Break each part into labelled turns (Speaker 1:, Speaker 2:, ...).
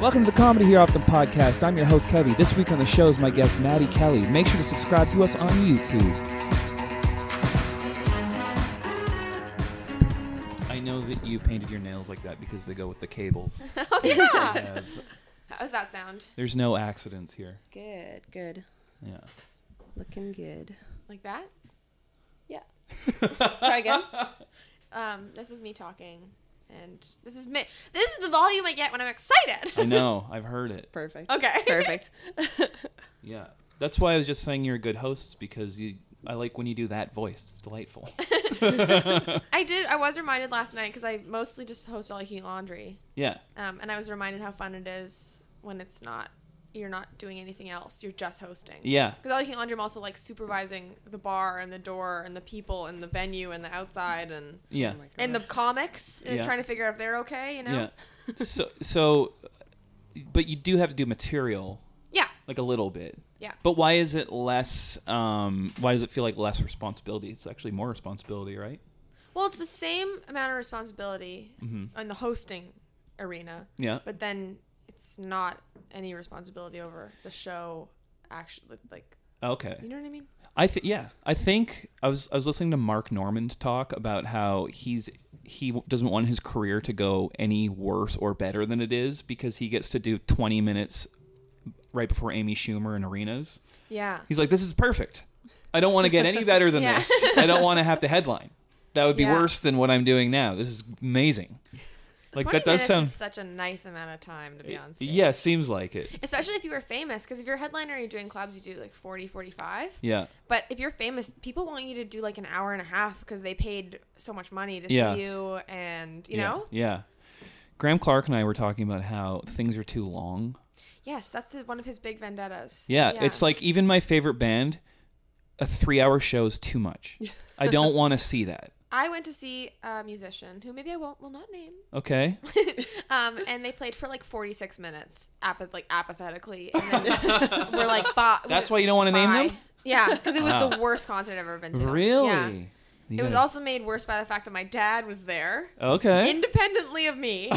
Speaker 1: Welcome to the Comedy Here Often podcast. I'm your host, Kelly. This week on the show is my guest, Maddie Kelly. Make sure to subscribe to us on YouTube. I know that you painted your nails like that because they go with the cables.
Speaker 2: yeah. How does that sound?
Speaker 1: There's no accidents here.
Speaker 3: Good, good.
Speaker 1: Yeah.
Speaker 3: Looking good.
Speaker 2: Like that?
Speaker 3: Yeah.
Speaker 2: Uh,
Speaker 3: Try again.
Speaker 2: Um, this is me talking, and this is me. This is the volume I get when I'm excited.
Speaker 1: I know. I've heard it.
Speaker 3: Perfect.
Speaker 2: Okay.
Speaker 3: Perfect.
Speaker 1: Yeah. That's why I was just saying you're a good host because you. I like when you do that voice. It's delightful.
Speaker 2: I did. I was reminded last night because I mostly just host all heat laundry,
Speaker 1: Yeah.
Speaker 2: um, and I was reminded how fun it is when it's not. You're not doing anything else. You're just hosting.
Speaker 1: Yeah.
Speaker 2: Because all heat laundry, I'm also like supervising the bar and the door and the people and the venue and the outside and
Speaker 1: Yeah.
Speaker 3: Oh my
Speaker 2: and the
Speaker 3: gosh.
Speaker 2: comics and
Speaker 1: Yeah.
Speaker 2: trying to figure out if they're okay. You know.
Speaker 1: Yeah. so so but you do have to do material
Speaker 2: Yeah.
Speaker 1: like a little bit.
Speaker 2: Yeah.
Speaker 1: But why is it less um why does it feel like less responsibility? It's actually more responsibility, right?
Speaker 2: Well, it's the same amount of responsibility
Speaker 1: Mhm.
Speaker 2: in the hosting arena,
Speaker 1: Yeah.
Speaker 2: but then it's not any responsibility over the show. Actually, like
Speaker 1: Okay.
Speaker 2: you know what I mean?
Speaker 1: I think yeah. I think I was I was listening to Mark Normand talk about how he's he w- doesn't want his career to go any worse or better than it is because he gets to do 20 minutes right before Amy Schumer in arenas.
Speaker 2: Yeah.
Speaker 1: He's like, this is perfect. I don't want to get any better than
Speaker 2: Yeah.
Speaker 1: this. I don't want to have to headline. That would be
Speaker 2: Yeah.
Speaker 1: worse than what I'm doing now. This is amazing. Like
Speaker 2: 20
Speaker 1: that does
Speaker 2: minutes
Speaker 1: sound.
Speaker 2: is such a nice amount of time to be on stage.
Speaker 1: Yeah, seems like it.
Speaker 2: Especially if you were famous, because if you're a headliner, you're doing clubs, you do like 40, 45.
Speaker 1: Yeah,
Speaker 2: But if you're famous, people want you to do like an hour and a half because they paid so much money to
Speaker 1: Yeah.
Speaker 2: see you, and you
Speaker 1: yeah,
Speaker 2: know.
Speaker 1: Yeah. Graham Clark and I were talking about how things are too long.
Speaker 2: Yes, that's his- one of his big vendettas.
Speaker 1: Yeah, it's like even my favorite band, a three-hour show is too much. I don't want to see that.
Speaker 2: I went to see a musician who maybe I won't will not name,
Speaker 1: Okay.
Speaker 2: um, and they played for like forty six minutes, apath- like apathetically, and then we're like, bah,
Speaker 1: That's why you don't want to name
Speaker 2: bye.
Speaker 1: them.
Speaker 2: Yeah, because it was
Speaker 1: Wow.
Speaker 2: the worst concert I've ever been to.
Speaker 1: Really?
Speaker 2: Yeah.
Speaker 1: You
Speaker 2: It was
Speaker 1: gotta-
Speaker 2: also made worse by the fact that my dad was there,
Speaker 1: okay.
Speaker 2: independently of me.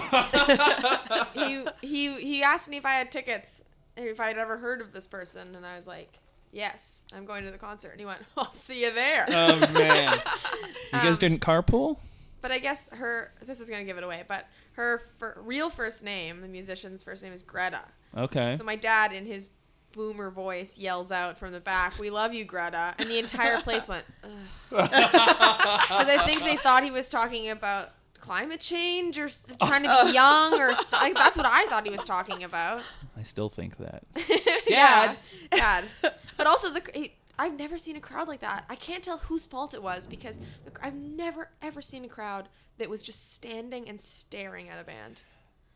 Speaker 2: he he he asked me if I had tickets, if I had ever heard of this person, and I was like, yes, I'm going to the concert. And he went, I'll see you there.
Speaker 1: Oh man! You
Speaker 2: Um,
Speaker 1: guys didn't carpool?
Speaker 2: But I guess her, this is going to give it away, but her fir- real first name, the musician's first name is Greta.
Speaker 1: Okay.
Speaker 2: So my dad, in his boomer voice, yells out from the back, We love you, Greta. And the entire place went, Because I think they thought he was talking about climate change or s- trying to be young or s- like, that's what I thought he was talking about.
Speaker 1: I still think that.
Speaker 2: Dad. Dad. But also the he, I've never seen a crowd like that. I can't tell whose fault it was because the, cr- I've never ever seen a crowd that was just standing and staring at a band.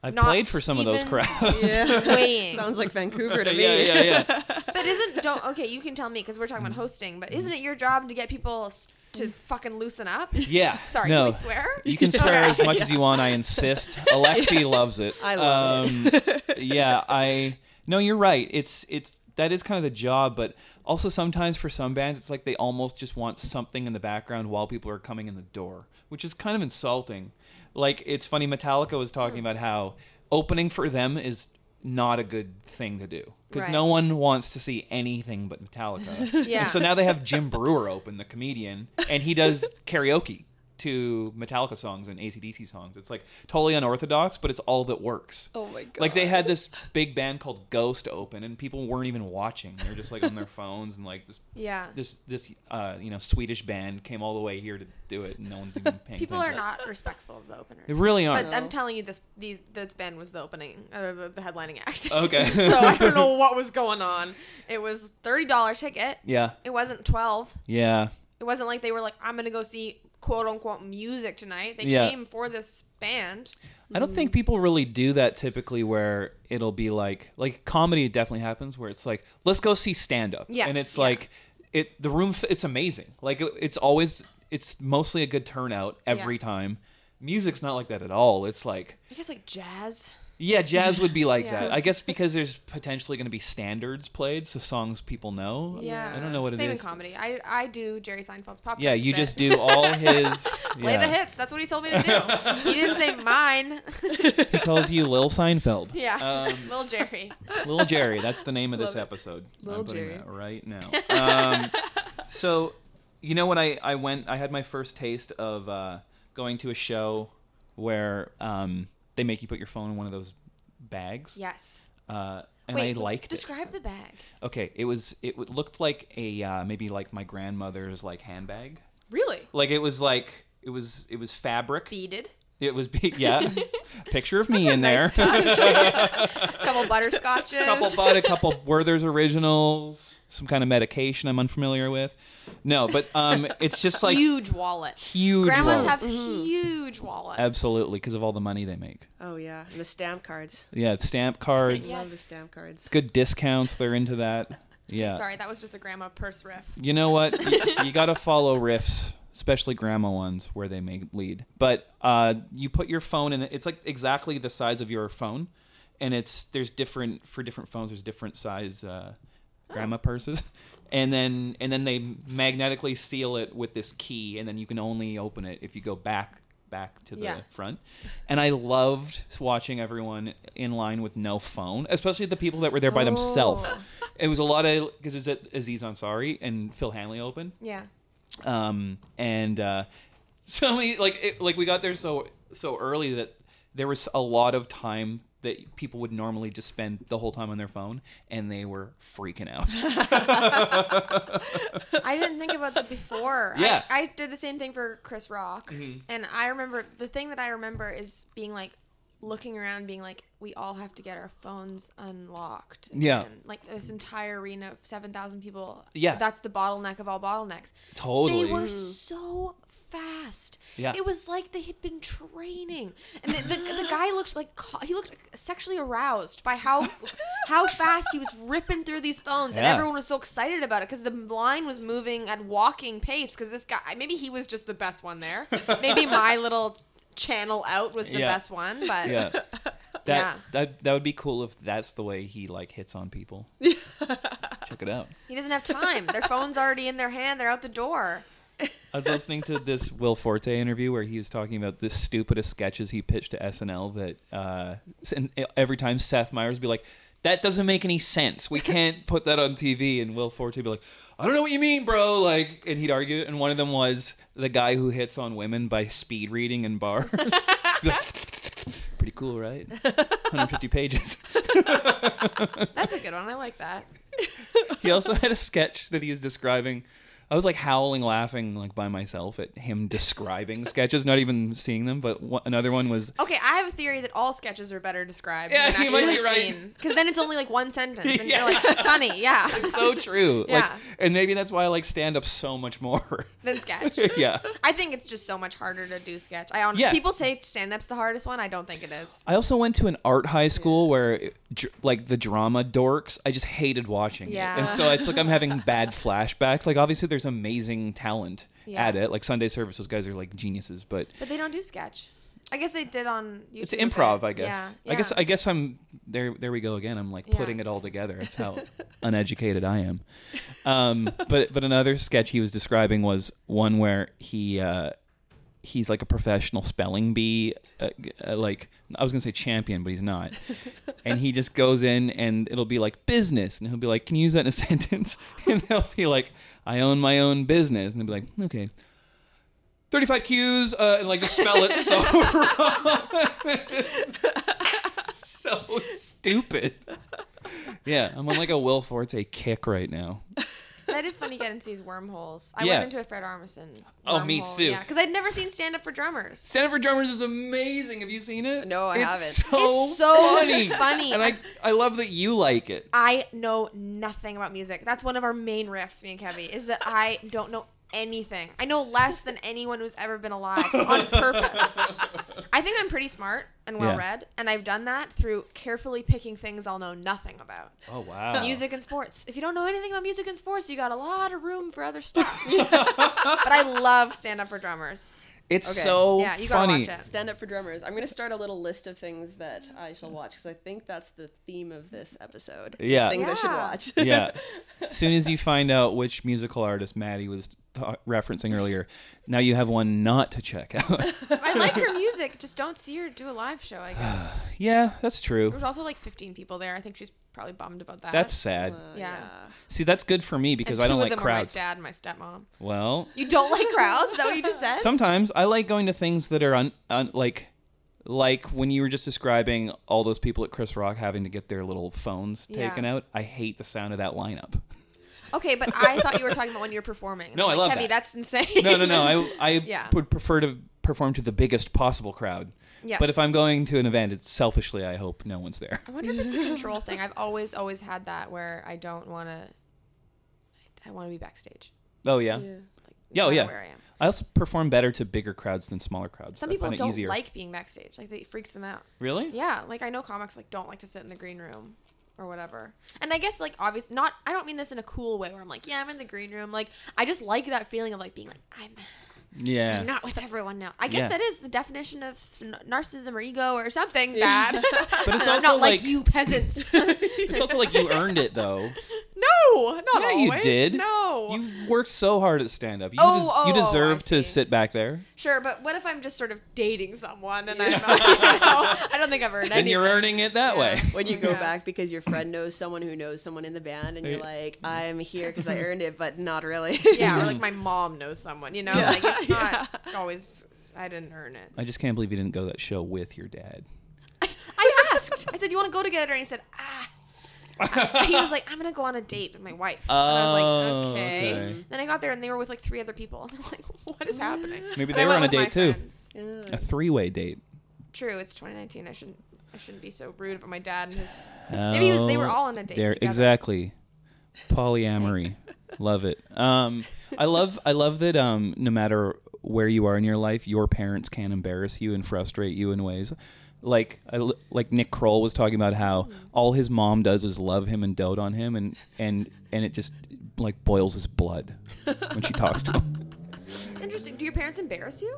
Speaker 1: I've
Speaker 2: Not
Speaker 1: played for some of those
Speaker 2: even-
Speaker 1: crowds.
Speaker 3: Yeah.
Speaker 2: Swaying.
Speaker 3: Sounds like Vancouver to me.
Speaker 1: yeah, yeah, yeah.
Speaker 2: But isn't don't okay? You can tell me because we're talking
Speaker 1: Mm.
Speaker 2: about hosting. But isn't it your job to get people s- to fucking loosen up?
Speaker 1: Yeah.
Speaker 2: Sorry,
Speaker 1: no.
Speaker 2: can we swear?
Speaker 1: You can swear
Speaker 2: Okay.
Speaker 1: as much as you want. I insist. Alexi loves it.
Speaker 3: I love
Speaker 1: it. yeah, I. No, you're right. It's it's that is kind of the job, but also sometimes for some bands, it's like they almost just want something in the background while people are coming in the door, which is kind of insulting. Like it's funny. Metallica was talking about how opening for them is not a good thing to do because
Speaker 2: Right.
Speaker 1: no one wants to see anything but Metallica.
Speaker 2: Yeah.
Speaker 1: And so now they have Jim Brewer open, the comedian, and he does karaoke to Metallica songs and ACDC songs. It's like totally unorthodox, but it's all that works.
Speaker 3: Oh my god.
Speaker 1: Like they had this big band called Ghost open, and people weren't even watching. They were just like on their phones, and like this,
Speaker 2: yeah.
Speaker 1: this, this, uh, you know, Swedish band came all the way here to do it, and no one's even paying
Speaker 2: People are
Speaker 1: attention.
Speaker 2: not respectful of the openers.
Speaker 1: They really
Speaker 2: But
Speaker 1: aren't.
Speaker 2: I'm telling you, this these, this band was the opening, uh, the, the headlining act.
Speaker 1: Okay.
Speaker 2: so I don't know what was going on. It was thirty dollar ticket.
Speaker 1: yeah,
Speaker 2: It wasn't twelve.
Speaker 1: yeah,
Speaker 2: It wasn't like they were like, I'm gonna go see quote unquote music tonight. They
Speaker 1: Yeah.
Speaker 2: came for this band.
Speaker 1: I don't think people really do that typically where it'll be like like comedy definitely happens where it's like let's go see stand up.
Speaker 2: Yes,
Speaker 1: And it's
Speaker 2: yeah.
Speaker 1: like it the room f- it's amazing. Like it, it's always it's mostly a good turnout every
Speaker 2: Yeah.
Speaker 1: time. Music's not like that at all. It's like
Speaker 2: I guess like jazz.
Speaker 1: Yeah, jazz would be like
Speaker 2: Yeah.
Speaker 1: that. I guess because there's potentially going to be standards played, so songs people know.
Speaker 2: Yeah.
Speaker 1: I don't know what it is.
Speaker 2: Same in comedy. I, I do Jerry Seinfeld's pop.
Speaker 1: Yeah,
Speaker 2: Tarts
Speaker 1: you
Speaker 2: bit.
Speaker 1: just do all his.
Speaker 2: Play
Speaker 1: yeah.
Speaker 2: the hits. That's what he told me to do. he didn't say mine.
Speaker 1: He calls you Lil Seinfeld.
Speaker 2: yeah.
Speaker 1: Um,
Speaker 2: Little Jerry.
Speaker 1: Lil Jerry. That's the name of this
Speaker 3: Love it.
Speaker 1: episode.
Speaker 3: Lil
Speaker 1: I'm putting
Speaker 3: Jerry.
Speaker 1: that right now. Um, so, you know, when I, I went, I had my first taste of uh, going to a show where um, they make you put your phone in one of those bags.
Speaker 2: Yes.
Speaker 1: Uh, and
Speaker 2: Wait,
Speaker 1: I liked it.
Speaker 2: Describe the bag.
Speaker 1: Okay, it was it w- looked like a uh, maybe like my grandmother's like handbag.
Speaker 2: Really?
Speaker 1: Like it was like it was it was fabric.
Speaker 2: Beaded.
Speaker 1: It was be- yeah. Picture of me
Speaker 2: That's a
Speaker 1: in there.
Speaker 2: nice touch. couple butterscotches.
Speaker 1: couple bought a couple Werther's originals, some kind of medication I'm unfamiliar with. No, but um, it's just like huge.
Speaker 2: huge wallet. Grandmas
Speaker 1: wallet.
Speaker 2: have huge wallets.
Speaker 1: absolutely because of all the money they make.
Speaker 3: Oh yeah, and the stamp cards.
Speaker 1: Yeah, it's stamp cards,
Speaker 2: Yeah.
Speaker 3: Love
Speaker 2: Yes.
Speaker 3: the stamp cards.
Speaker 1: good discounts. They're into that. Yeah.
Speaker 2: Sorry, that was just a grandma purse riff.
Speaker 1: You know what? you, you gotta follow riffs, especially grandma ones where they may lead. But uh, you put your phone in. It's like exactly the size of your phone, and it's there's different for different phones. There's different size uh, grandma purses, and then and then they magnetically seal it with this key, and then you can only open it if you go back back to the
Speaker 2: Yeah.
Speaker 1: front. And I loved watching everyone in line with no phone, especially the people that were there by themselves.
Speaker 2: Oh.
Speaker 1: It was a lot of because it was at Aziz Ansari and Phil Hanley open,
Speaker 2: Yeah.
Speaker 1: um, and uh, so many like it, like we got there so so early that there was a lot of time that people would normally just spend the whole time on their phone, and they were freaking out.
Speaker 2: I didn't think about that before. I-
Speaker 1: Yeah. Mm-hmm.
Speaker 2: I, did the same thing for Chris Rock. And I remember the thing that I remember is being like looking around being like we all have to get our phones unlocked.
Speaker 1: Yeah.
Speaker 2: again. Like this entire arena of 7,000 people.
Speaker 1: Yeah.
Speaker 2: That's the bottleneck of all bottlenecks.
Speaker 1: totally,
Speaker 2: They were so fast.
Speaker 1: Yeah.
Speaker 2: It was like they had been training. And the, the, the guy looked like ca- he looked sexually aroused by how how fast he was ripping through these phones and
Speaker 1: Yeah.
Speaker 2: everyone was so excited about it cuz the line was moving at walking pace cuz this guy maybe he was just the best one there. maybe my little channel out was the
Speaker 1: Yeah.
Speaker 2: best one, but
Speaker 1: yeah. That,
Speaker 2: Yeah.
Speaker 1: that that would be cool if that's the way he like hits on people. Check it out.
Speaker 2: he doesn't have time. Their phone's already in their hand, they're out the door.
Speaker 1: I was listening to this Will Forte interview where he was talking about the stupidest sketches he pitched to SNL that uh, and every time Seth Meyers would be like, that doesn't make any sense. We can't put that on TV. And Will Forte would be like, I don't know what you mean, bro. Like, and he'd argue. it. And one of them was the guy who hits on women by speed reading in bars. Be like, Pretty cool, right? 150 pages.
Speaker 2: That's a good one. I like that.
Speaker 1: he also had a sketch that he was describing. I was like howling, laughing like by myself at him describing sketches, not even seeing them. But one, another one was
Speaker 2: Okay, I have a theory that all sketches are better described.
Speaker 1: Yeah,
Speaker 2: than
Speaker 1: you might
Speaker 2: actually
Speaker 1: be right.
Speaker 2: Because then it's only like one sentence, and
Speaker 1: Yeah.
Speaker 2: you're like funny, yeah.
Speaker 1: so true. Like,
Speaker 2: Yeah.
Speaker 1: and maybe that's why I like stand up so much more.
Speaker 2: Then sketch.
Speaker 1: yeah.
Speaker 2: I think it's just so much harder to do sketch. I honestly,
Speaker 1: Yeah.
Speaker 2: people say stand up's the hardest one. I don't think it is.
Speaker 1: I also went to an art high school where, it- dr- like, the drama dorks, I just hated watching
Speaker 2: Yeah.
Speaker 1: it. And so it's like I'm having bad flashbacks. Like, obviously, there's amazing talent
Speaker 2: Yeah.
Speaker 1: at it. Like, Sunday service, those guys are like geniuses. But
Speaker 2: But they don't do sketch. I guess they did on YouTube.
Speaker 1: it's
Speaker 2: a bit.
Speaker 1: improv, I guess.
Speaker 2: Yeah,
Speaker 1: I guess
Speaker 2: yeah.
Speaker 1: I guess I'm there. There we go again. I'm like
Speaker 2: Yeah.
Speaker 1: putting it all together. That's how uneducated I am. Um, but but another sketch he was describing was one where he uh, he's like a professional spelling bee, uh, g- uh, like I was gonna say champion, but he's not. and he just goes in and it'll be like business, and he'll be like, "Can you use that in a sentence?" and they'll be like, "I own my own business," and he'll be like, "Okay." 35 Q's, uh, and like just spell it so so stupid. Yeah, I'm on like a Will Forte kick right now.
Speaker 2: that is fun to get into these wormholes. I
Speaker 1: Yeah.
Speaker 2: went into a Fred Armisen.
Speaker 1: Oh, me
Speaker 2: wormhole,
Speaker 1: too.
Speaker 2: Yeah, because I'd never seen stand up for drummers.
Speaker 1: Stand Up for Drummers is amazing. Have you seen it?
Speaker 3: No, I
Speaker 1: it's
Speaker 3: haven't.
Speaker 1: So
Speaker 2: It's so
Speaker 1: funny.
Speaker 2: funny.
Speaker 1: And I, I love that you like it.
Speaker 2: I know nothing about music. That's one of our main riffs, me and Kevy, is that I don't know anything. I know less than anyone who's ever been alive on purpose. I think I'm pretty smart and well read, and I've done that through carefully picking things I'll know nothing about.
Speaker 1: Oh wow.
Speaker 2: Music and sports. If you don't know anything about music and sports, you got a lot of room for other stuff. but I love stand up for drummers.
Speaker 1: It's
Speaker 3: Okay.
Speaker 1: so
Speaker 2: Yeah, you gotta
Speaker 1: funny.
Speaker 2: watch it.
Speaker 3: Stand up for drummers. I'm gonna start a little list of things that I shall watch because I think that's the theme of this episode. is
Speaker 1: Yeah.
Speaker 3: things I should
Speaker 2: Yeah.
Speaker 3: watch.
Speaker 1: yeah. Soon as you find out which musical artist Maddie was ta- referencing earlier, now you have one not to check out.
Speaker 2: I like her music. Just don't see her do a live show. I guess
Speaker 1: yeah, that's
Speaker 2: there
Speaker 1: true.
Speaker 2: was also like 15 people there. I think she's probably bummed about that.
Speaker 1: That's sad.
Speaker 3: Uh,
Speaker 2: Yeah.
Speaker 1: See, that's good for me
Speaker 2: And
Speaker 1: because
Speaker 2: two
Speaker 1: I don't
Speaker 2: of
Speaker 1: like
Speaker 2: them
Speaker 1: crowds.
Speaker 2: Are my dad and my stepmom.
Speaker 1: Well,
Speaker 2: You don't like crowds? Is that what you just said?
Speaker 1: sometimes I like going to things that are un, un like like when you were just describing all those people at Chris Rock having to get their little phones
Speaker 2: Yeah.
Speaker 1: taken out. I hate the sound of that lineup.
Speaker 2: okay, but I thought you were talking about when you're performing. And
Speaker 1: No,
Speaker 2: I'm
Speaker 1: I
Speaker 2: like,
Speaker 1: love
Speaker 2: Kevy,
Speaker 1: that.
Speaker 2: That's insane.
Speaker 1: No, no, no. I I
Speaker 2: Yeah.
Speaker 1: would prefer to perform to the biggest possible crowd.
Speaker 2: Yes.
Speaker 1: But if I'm going to an event, it's selfishly I hope no one's there.
Speaker 2: I wonder if it's a control thing. I've always, always had that where I don't want to. I want to be backstage.
Speaker 1: Oh yeah.
Speaker 3: yeah.
Speaker 2: Like,
Speaker 1: Yeah,
Speaker 2: no
Speaker 1: oh,
Speaker 2: matter
Speaker 1: yeah.
Speaker 2: Where I am.
Speaker 1: I also perform better to bigger crowds than smaller crowds.
Speaker 2: Some
Speaker 1: I
Speaker 2: people
Speaker 1: find it
Speaker 2: don't
Speaker 1: easier.
Speaker 2: like being backstage. Like they- it freaks them out.
Speaker 1: Really?
Speaker 2: Yeah, like I know comics like don't like to sit in the green room or whatever. And I guess like obvious not I don't mean this in a cool way where I'm like, yeah, I'm in the green room. Like I just like that feeling of like being like I'm,
Speaker 1: Yeah.
Speaker 2: I'm not with everyone now. I guess
Speaker 1: Yeah.
Speaker 2: that is the definition of s- narcissism or ego or something bad.
Speaker 1: But it's
Speaker 2: I'm
Speaker 1: also
Speaker 2: not like,
Speaker 1: like-
Speaker 2: you peasants.
Speaker 1: It's also like you earned it though.
Speaker 2: no, not
Speaker 1: Yeah,
Speaker 2: always.
Speaker 1: you did.
Speaker 2: No.
Speaker 1: You worked so hard at stand up. You,
Speaker 2: Oh,
Speaker 1: des-
Speaker 2: oh,
Speaker 1: you
Speaker 2: oh, I
Speaker 1: deserve to
Speaker 2: see.
Speaker 1: sit back there.
Speaker 2: sure, but what if I'm just sort of dating someone and I'm not, you know, I don't think I've earned
Speaker 1: Then
Speaker 2: anything.
Speaker 1: you're earning it that way.
Speaker 3: When you go
Speaker 2: Yes.
Speaker 3: back because your friend knows someone who knows someone in the band, and you're
Speaker 1: Yeah.
Speaker 3: like, I'm here because I earned it, but not really.
Speaker 2: Yeah, or like my mom knows someone, you know?
Speaker 3: Yeah.
Speaker 2: Like it's not always I didn't earn it.
Speaker 1: I just can't believe you didn't go to that show with your dad.
Speaker 2: I asked. I said, "Do you want to go together?" And he said, "Ah." he was like, "I'm gonna go on a date with my wife." and I was
Speaker 1: Oh,
Speaker 2: like, okay.
Speaker 1: okay.
Speaker 2: Then I got there and they were with like three other people, and I was like, "What is happening?"
Speaker 1: Maybe
Speaker 2: And
Speaker 1: they
Speaker 2: I
Speaker 1: were
Speaker 2: went
Speaker 1: on a
Speaker 2: with my
Speaker 1: date too.
Speaker 2: friends.
Speaker 1: A three way date.
Speaker 2: True, it's 2019. I shouldn't. I shouldn't be so rude about my dad and his. Maybe he was- they were
Speaker 1: Oh,
Speaker 2: all on a date
Speaker 1: they're-
Speaker 2: together.
Speaker 1: Exactly. Polyamory. love it. Um, I love I love that um, no matter where you are in your life, your parents can embarrass you and frustrate you in ways. Like I l like Nick Kroll was talking about how
Speaker 2: Mm-hmm.
Speaker 1: all his mom does is love him and dote on him and and and it just like boils his blood when she talks to him.
Speaker 2: It's interesting. Do your parents embarrass you?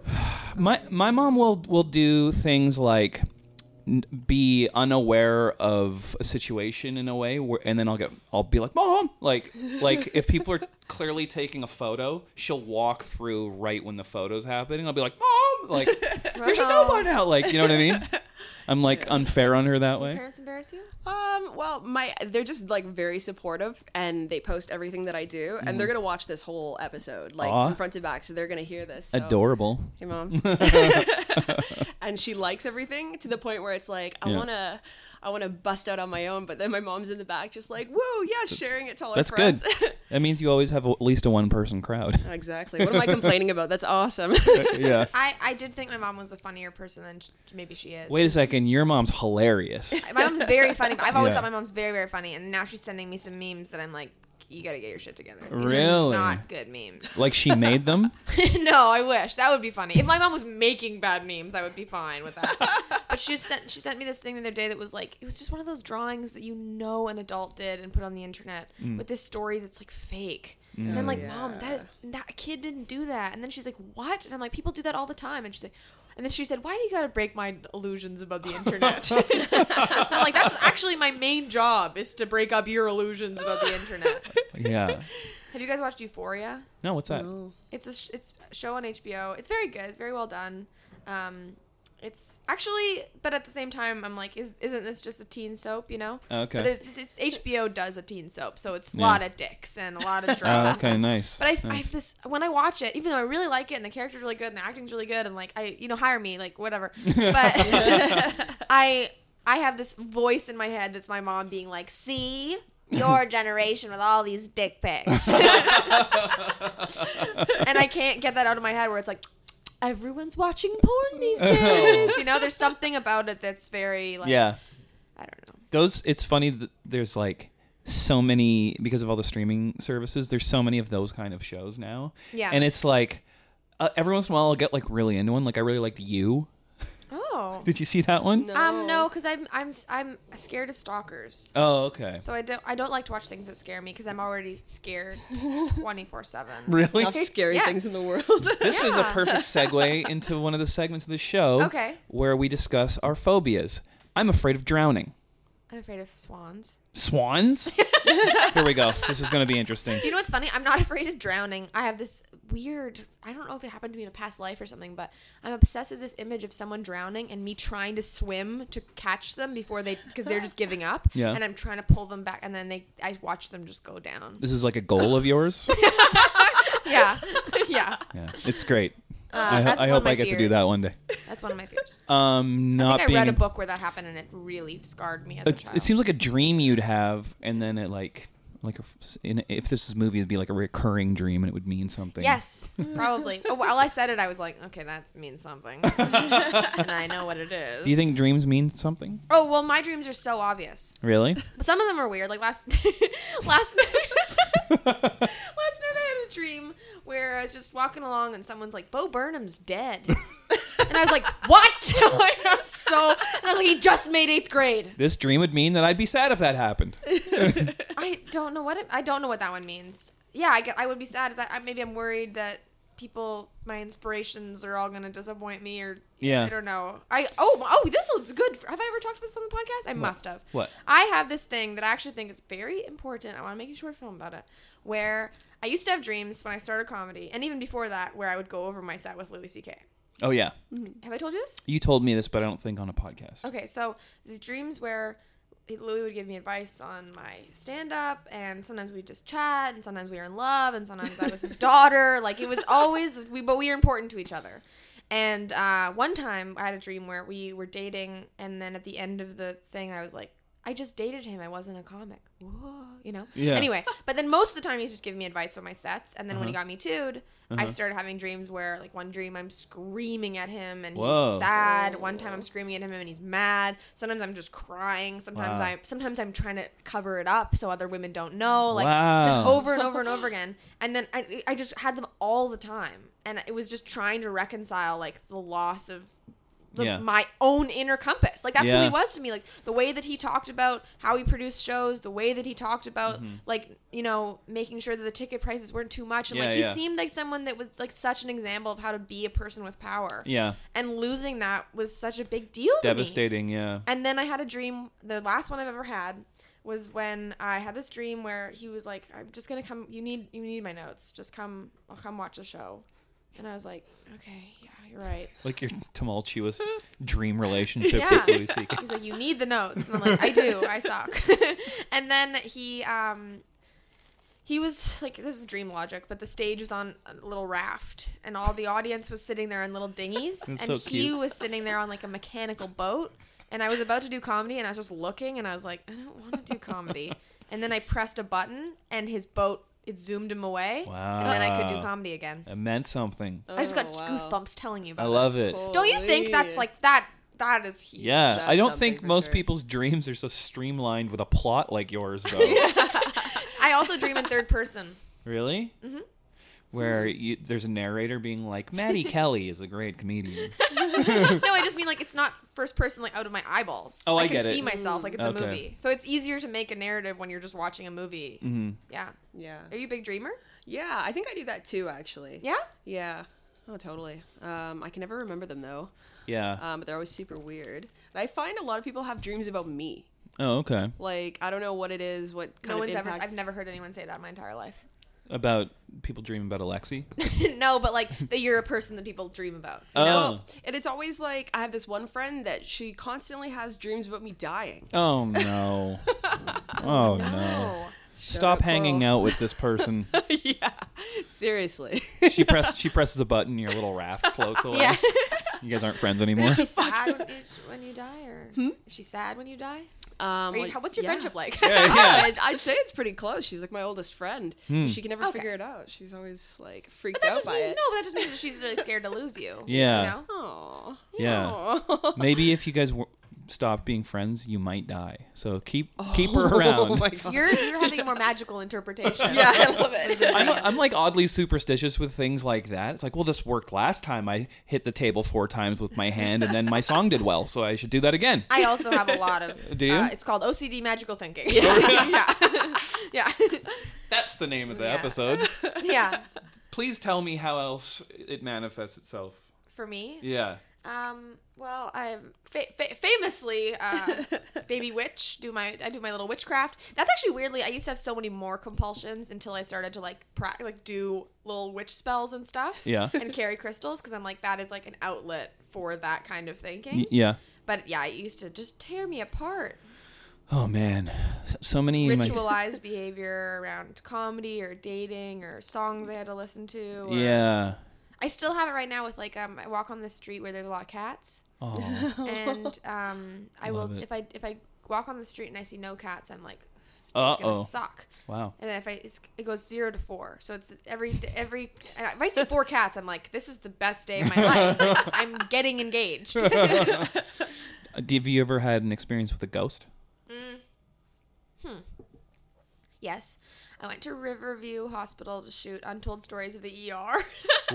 Speaker 1: my my mom will will do things like n- be unaware of a situation in a way where, and then I'll get I'll be like mom like like if people are clearly taking a photo she'll walk through right when the photo's happening I'll be like mom like you should know by now like you know what I mean I'm like unfair on her that way
Speaker 2: Parents embarrass you?
Speaker 3: Um, well, my they're just like very supportive and they post everything that I do and they're gonna watch this whole episode, like
Speaker 1: Mm. Aw.
Speaker 3: from front to back, so they're gonna hear this. So.
Speaker 1: adorable
Speaker 3: Hey mom. and she likes everything to the point where it's like, I
Speaker 1: Yeah.
Speaker 3: wanna I wanna bust out on my own, but then my mom's in the back just like, Whoa, yeah, sharing it to all
Speaker 1: that's
Speaker 3: her friends.
Speaker 1: good that means you always have at least a one person crowd
Speaker 3: exactly. What am I complaining about? That's awesome.
Speaker 1: yeah
Speaker 2: I I did think my mom was a funnier person than sh- maybe she is.
Speaker 1: wait a second your mom's hilarious
Speaker 2: My mom's very funny. I've always
Speaker 1: Yeah.
Speaker 2: thought my mom's very, very funny, and now she's sending me some memes that I'm like, you gotta get your shit together. These are
Speaker 1: Really?
Speaker 2: not good memes.
Speaker 1: like she made them
Speaker 2: no, I wish that would be funny. If my mom was making bad memes, I would be fine with that. but she sent she sent me this thing the other day that was like it was just one of those drawings that you know an adult did and put on the internet with this story that's like fake. And I'm like, mom, that is that kid didn't do that. And then she's like, what? And I'm like, people do that all the time. And she's like. And then she said, "Why do you gotta break my illusions about the internet?" I'm like, "That's actually my main job is to break up your illusions about the internet."
Speaker 1: yeah
Speaker 2: Have you guys watched Euphoria?
Speaker 1: no what's that
Speaker 2: It's a sh- it's a show on HBO. It's very good. It's very well done. Um, it's actually, but at the same time, I'm like, is, isn't this just a teen soap? You know?
Speaker 1: Okay.
Speaker 2: But there's it's, it's HBO does a teen soap, so it's a lot of dicks and a lot of
Speaker 1: Oh,
Speaker 2: drugs.
Speaker 1: okay, nice.
Speaker 2: But I, I
Speaker 1: nice.
Speaker 2: have this when I watch it, even though I really like it and the character's really good and the acting's really good and like I, you know, hire me, like whatever. But I, I have this voice in my head that's my mom being like, "See, your generation with all these dick pics," and I can't get that out of my head where it's like. Everyone's watching porn these days. you know, there's something about it that's very like
Speaker 1: yeah,
Speaker 2: I don't know.
Speaker 1: those. It's funny that there's like so many because of all the streaming services. There's so many of those kind of shows now.
Speaker 2: Yeah.
Speaker 1: and it's like uh, every once in a while I'll get like really into one. Like I really liked you.
Speaker 2: Oh. No.
Speaker 1: Did you see that one?
Speaker 3: No.
Speaker 2: Um, no, because I'm I'm I'm scared of stalkers.
Speaker 1: Oh, okay.
Speaker 2: So I don't I don't like to watch things that scare me because I'm already scared twenty four seven.
Speaker 1: Really?
Speaker 3: Enough scary
Speaker 2: Yes.
Speaker 3: things in the world.
Speaker 1: This is a
Speaker 2: Yeah.
Speaker 1: perfect segue into one of the segments of the show
Speaker 2: Okay.
Speaker 1: where we discuss our phobias. I'm afraid of drowning.
Speaker 2: I'm afraid of swans.
Speaker 1: Swans? Here we go. This is going to be interesting.
Speaker 2: Do you know what's funny? I'm not afraid of drowning. I have this weird I don't know if it happened to me in a past life or something, but I'm obsessed with this image of someone drowning and me trying to swim to catch them before they because they're just giving up.
Speaker 1: Yeah.
Speaker 2: And I'm trying to pull them back and then they I watch them just go down.
Speaker 1: This is like a goal of yours?
Speaker 2: Yeah. yeah.
Speaker 1: Yeah. It's great.
Speaker 2: Uh,
Speaker 1: I, ho-
Speaker 2: that's
Speaker 1: I
Speaker 2: one of
Speaker 1: hope
Speaker 2: my
Speaker 1: I get to do
Speaker 2: fears.
Speaker 1: that one day.
Speaker 2: That's one of my fears.
Speaker 1: Um, not
Speaker 2: I think I
Speaker 1: being
Speaker 2: read a book where that happened and it really scarred me as a
Speaker 1: It's,
Speaker 2: child.
Speaker 1: it seems like a dream you'd have, and then it like like if- in, if this is a movie, it'd be like a recurring dream, and it would mean something.
Speaker 2: yes, probably. Oh, While I said it, I was like, okay, that means something, and I know what it is.
Speaker 1: Do you think dreams mean something?
Speaker 2: Oh well, my dreams are so obvious.
Speaker 1: Really?
Speaker 2: But some of them are weird. Like last last night, last night I had a dream where I was just walking along and someone's like, "Bo Burnham's dead," and I was like, "What?" like, I was so, and I was like, "He just made eighth grade."
Speaker 1: this dream would mean that I'd be sad if that happened.
Speaker 2: I don't know what it, I don't know what that one means. Yeah, I, get, I would be sad if that. I, maybe I'm worried that people, my inspirations, are all gonna disappoint me, or
Speaker 1: Yeah.
Speaker 2: I don't know. I oh oh, this looks good. Have I ever talked about this on the podcast? I must have.
Speaker 1: What?
Speaker 2: I have this thing that I actually think is very important. I want to make a short film about it, where I used to have dreams when I started comedy, and even before that, where I would go over my set with Louis C.K.
Speaker 1: Oh yeah,
Speaker 2: Have I told you this?
Speaker 1: you told me this, but I don't think on a podcast.
Speaker 2: Okay, so these dreams where Louis would give me advice on my stand up, and sometimes we'd just chat, and sometimes we were in love, and sometimes I was his daughter. Like it was always, we, but we were important to each other. And uh, one time I had a dream where we were dating, and then at the end of the thing, I was like, I just dated him. I wasn't a comic. Whoa, you know?
Speaker 1: Yeah.
Speaker 2: Anyway, but then most of the time he's just giving me advice for my sets. And then when he
Speaker 1: Uh-huh.
Speaker 2: got me tooed, I started having dreams where, like, one dream I'm screaming at him and
Speaker 1: Whoa.
Speaker 2: he's sad. One time I'm screaming at him and he's mad. Sometimes I'm just crying. Sometimes
Speaker 1: Wow.
Speaker 2: I sometimes I'm trying to cover it up so other women don't know. Like just
Speaker 1: Wow.
Speaker 2: over and over and over again. And then I I just had them all the time, and it was just trying to reconcile like the loss of the,
Speaker 1: Yeah.
Speaker 2: my own inner compass. Like that's who
Speaker 1: Yeah.
Speaker 2: he was to me. Like the way that he talked about how he produced shows, the way that he talked about
Speaker 1: Mm-hmm.
Speaker 2: like you know making sure that the ticket prices weren't too much, and
Speaker 1: Yeah,
Speaker 2: like he
Speaker 1: yeah.
Speaker 2: seemed like someone that was like such an example of how to be a person with power.
Speaker 1: Yeah,
Speaker 2: And losing that was such a big deal. to me.
Speaker 1: devastating. Yeah.
Speaker 2: And then I had a dream. The last one I've ever had was when I had this dream where he was like, "I'm just gonna come. You need you need my notes. Just come. I'll come watch the show." And I was like, "Okay, yeah, you're right."
Speaker 1: Like your tumultuous dream relationship
Speaker 2: Yeah.
Speaker 1: with Louis C.K.
Speaker 2: He's like, "You need the notes," and I'm like, "I do. I suck." and then he um he was like, "This is dream logic," but the stage was on a little raft, and all the audience was sitting there on little dinghies, and
Speaker 1: That's so
Speaker 2: he
Speaker 1: cute.
Speaker 2: was sitting there on like a mechanical boat. And I was about to do comedy, and I was just looking, and I was like, "I don't want to do comedy." and then I pressed a button, and his boat it zoomed him away, and then I could do
Speaker 1: Wow.
Speaker 2: comedy again.
Speaker 1: It meant something.
Speaker 2: I just got
Speaker 3: Oh, wow.
Speaker 2: goosebumps telling you about
Speaker 1: I
Speaker 2: it.
Speaker 1: love it.
Speaker 3: Cool.
Speaker 2: Don't you think that's
Speaker 3: Holy.
Speaker 2: like that? That is huge.
Speaker 1: Yeah, I
Speaker 3: That's
Speaker 1: don't
Speaker 3: something
Speaker 1: think
Speaker 3: for
Speaker 1: most
Speaker 3: sure.
Speaker 1: people's dreams are so streamlined with a plot like yours, though.
Speaker 2: I also dream in third person.
Speaker 1: Really? Mm-hmm. Where
Speaker 3: Mm-hmm.
Speaker 1: you, there's a narrator being like, Maddie Kelly is a great comedian.
Speaker 2: No, I just mean like it's not first person like out of my eyeballs.
Speaker 1: Oh, I
Speaker 2: can
Speaker 1: get it. Mm,
Speaker 2: see myself like it's
Speaker 1: Okay.
Speaker 2: a movie. So it's easier to make a narrative when you're just watching a movie.
Speaker 1: Mm-hmm.
Speaker 2: Yeah.
Speaker 3: yeah.
Speaker 2: Are you a big dreamer?
Speaker 3: Yeah, I think I do that too, actually.
Speaker 2: Yeah.
Speaker 3: Yeah. Oh, totally. Um, I can never remember them though,
Speaker 1: Yeah.
Speaker 3: um, but they're always super weird. But I find a lot of people have dreams about me.
Speaker 1: Oh, okay.
Speaker 3: Like I don't know what it is. What kind
Speaker 2: No
Speaker 3: of
Speaker 2: one's ever.
Speaker 3: impact?
Speaker 2: I've never heard anyone say that in my entire life.
Speaker 1: About people dreaming about Alexi.
Speaker 2: no, but like that you're a person that people dream about.
Speaker 1: Oh.
Speaker 3: No. And it's always like I have this one friend that she constantly has dreams about me dying.
Speaker 1: Oh no. Oh no.
Speaker 3: out
Speaker 1: Stop hanging
Speaker 3: Coral.
Speaker 1: out with this person.
Speaker 3: yeah. Seriously.
Speaker 1: She press she presses a button, your little raft floats away.
Speaker 2: Yeah.
Speaker 1: You guys aren't friends anymore.
Speaker 2: She's sad when you, when you die, or is she sad when you die?
Speaker 3: Um,
Speaker 2: Are you,
Speaker 3: Hmm? like-
Speaker 2: how, what's your
Speaker 3: yeah.
Speaker 2: friendship like?
Speaker 1: Yeah,
Speaker 3: Yeah,
Speaker 1: yeah. Hmm.
Speaker 3: I'd, I'd say it's pretty close. She's like my oldest friend. She can never
Speaker 2: Okay.
Speaker 3: figure it out. She's always like freaked
Speaker 2: But that
Speaker 3: out
Speaker 2: just
Speaker 3: by
Speaker 2: means no.
Speaker 3: it.
Speaker 2: But that just means that she's really scared to lose you.
Speaker 1: Yeah.
Speaker 2: You know?
Speaker 3: Aw.
Speaker 1: Yeah.
Speaker 3: Aw.
Speaker 1: Maybe if you guys were, stop being friends, you might die. So keep keep her around.
Speaker 3: Oh my god.
Speaker 2: You're you're having a more magical interpretation.
Speaker 3: yeah, I love it.
Speaker 1: I'm, I'm like oddly superstitious with things like that. It's like, well, this worked last time. I hit the table four times with my hand, and then my song did well, so I should do that again.
Speaker 2: I also have a lot of.
Speaker 1: Do you?
Speaker 2: Uh, it's called OCD magical thinking. Yeah, yeah,
Speaker 1: That's the name of the
Speaker 2: Yeah.
Speaker 1: episode.
Speaker 2: yeah. yeah.
Speaker 1: Please tell me how else it manifests itself.
Speaker 2: For me,
Speaker 1: Yeah.
Speaker 2: Um. Well, I'm fa- fa- famously uh, baby witch. Do my I do my little witchcraft. That's actually weirdly. I used to have so many more compulsions until I started to like pra- like do little witch spells and stuff.
Speaker 1: Yeah.
Speaker 2: And carry crystals because I'm like that is like an outlet for that kind of thinking.
Speaker 1: Y- yeah.
Speaker 2: But yeah, it used to just tear me apart.
Speaker 1: Oh man, S- so many. of my-
Speaker 2: Ritualized behavior around comedy or dating or songs I had to listen to. Or,
Speaker 1: yeah.
Speaker 2: I still have it right now with like um, I walk on the street where there's a lot of cats.
Speaker 1: Oh.
Speaker 2: and um, I
Speaker 1: Love
Speaker 2: will
Speaker 1: it.
Speaker 2: if I if I walk on the street and I see no cats, I'm like, it's
Speaker 1: Uh-oh.
Speaker 2: gonna suck.
Speaker 1: Wow.
Speaker 2: And then if I it's, it goes zero to four, so it's every every if I see four cats, I'm like, this is the best day of my life. I'm getting engaged.
Speaker 1: Uh, d- Have you ever had an experience with a ghost?
Speaker 2: yes, I went to Riverview Hospital to shoot Untold Stories of the ER.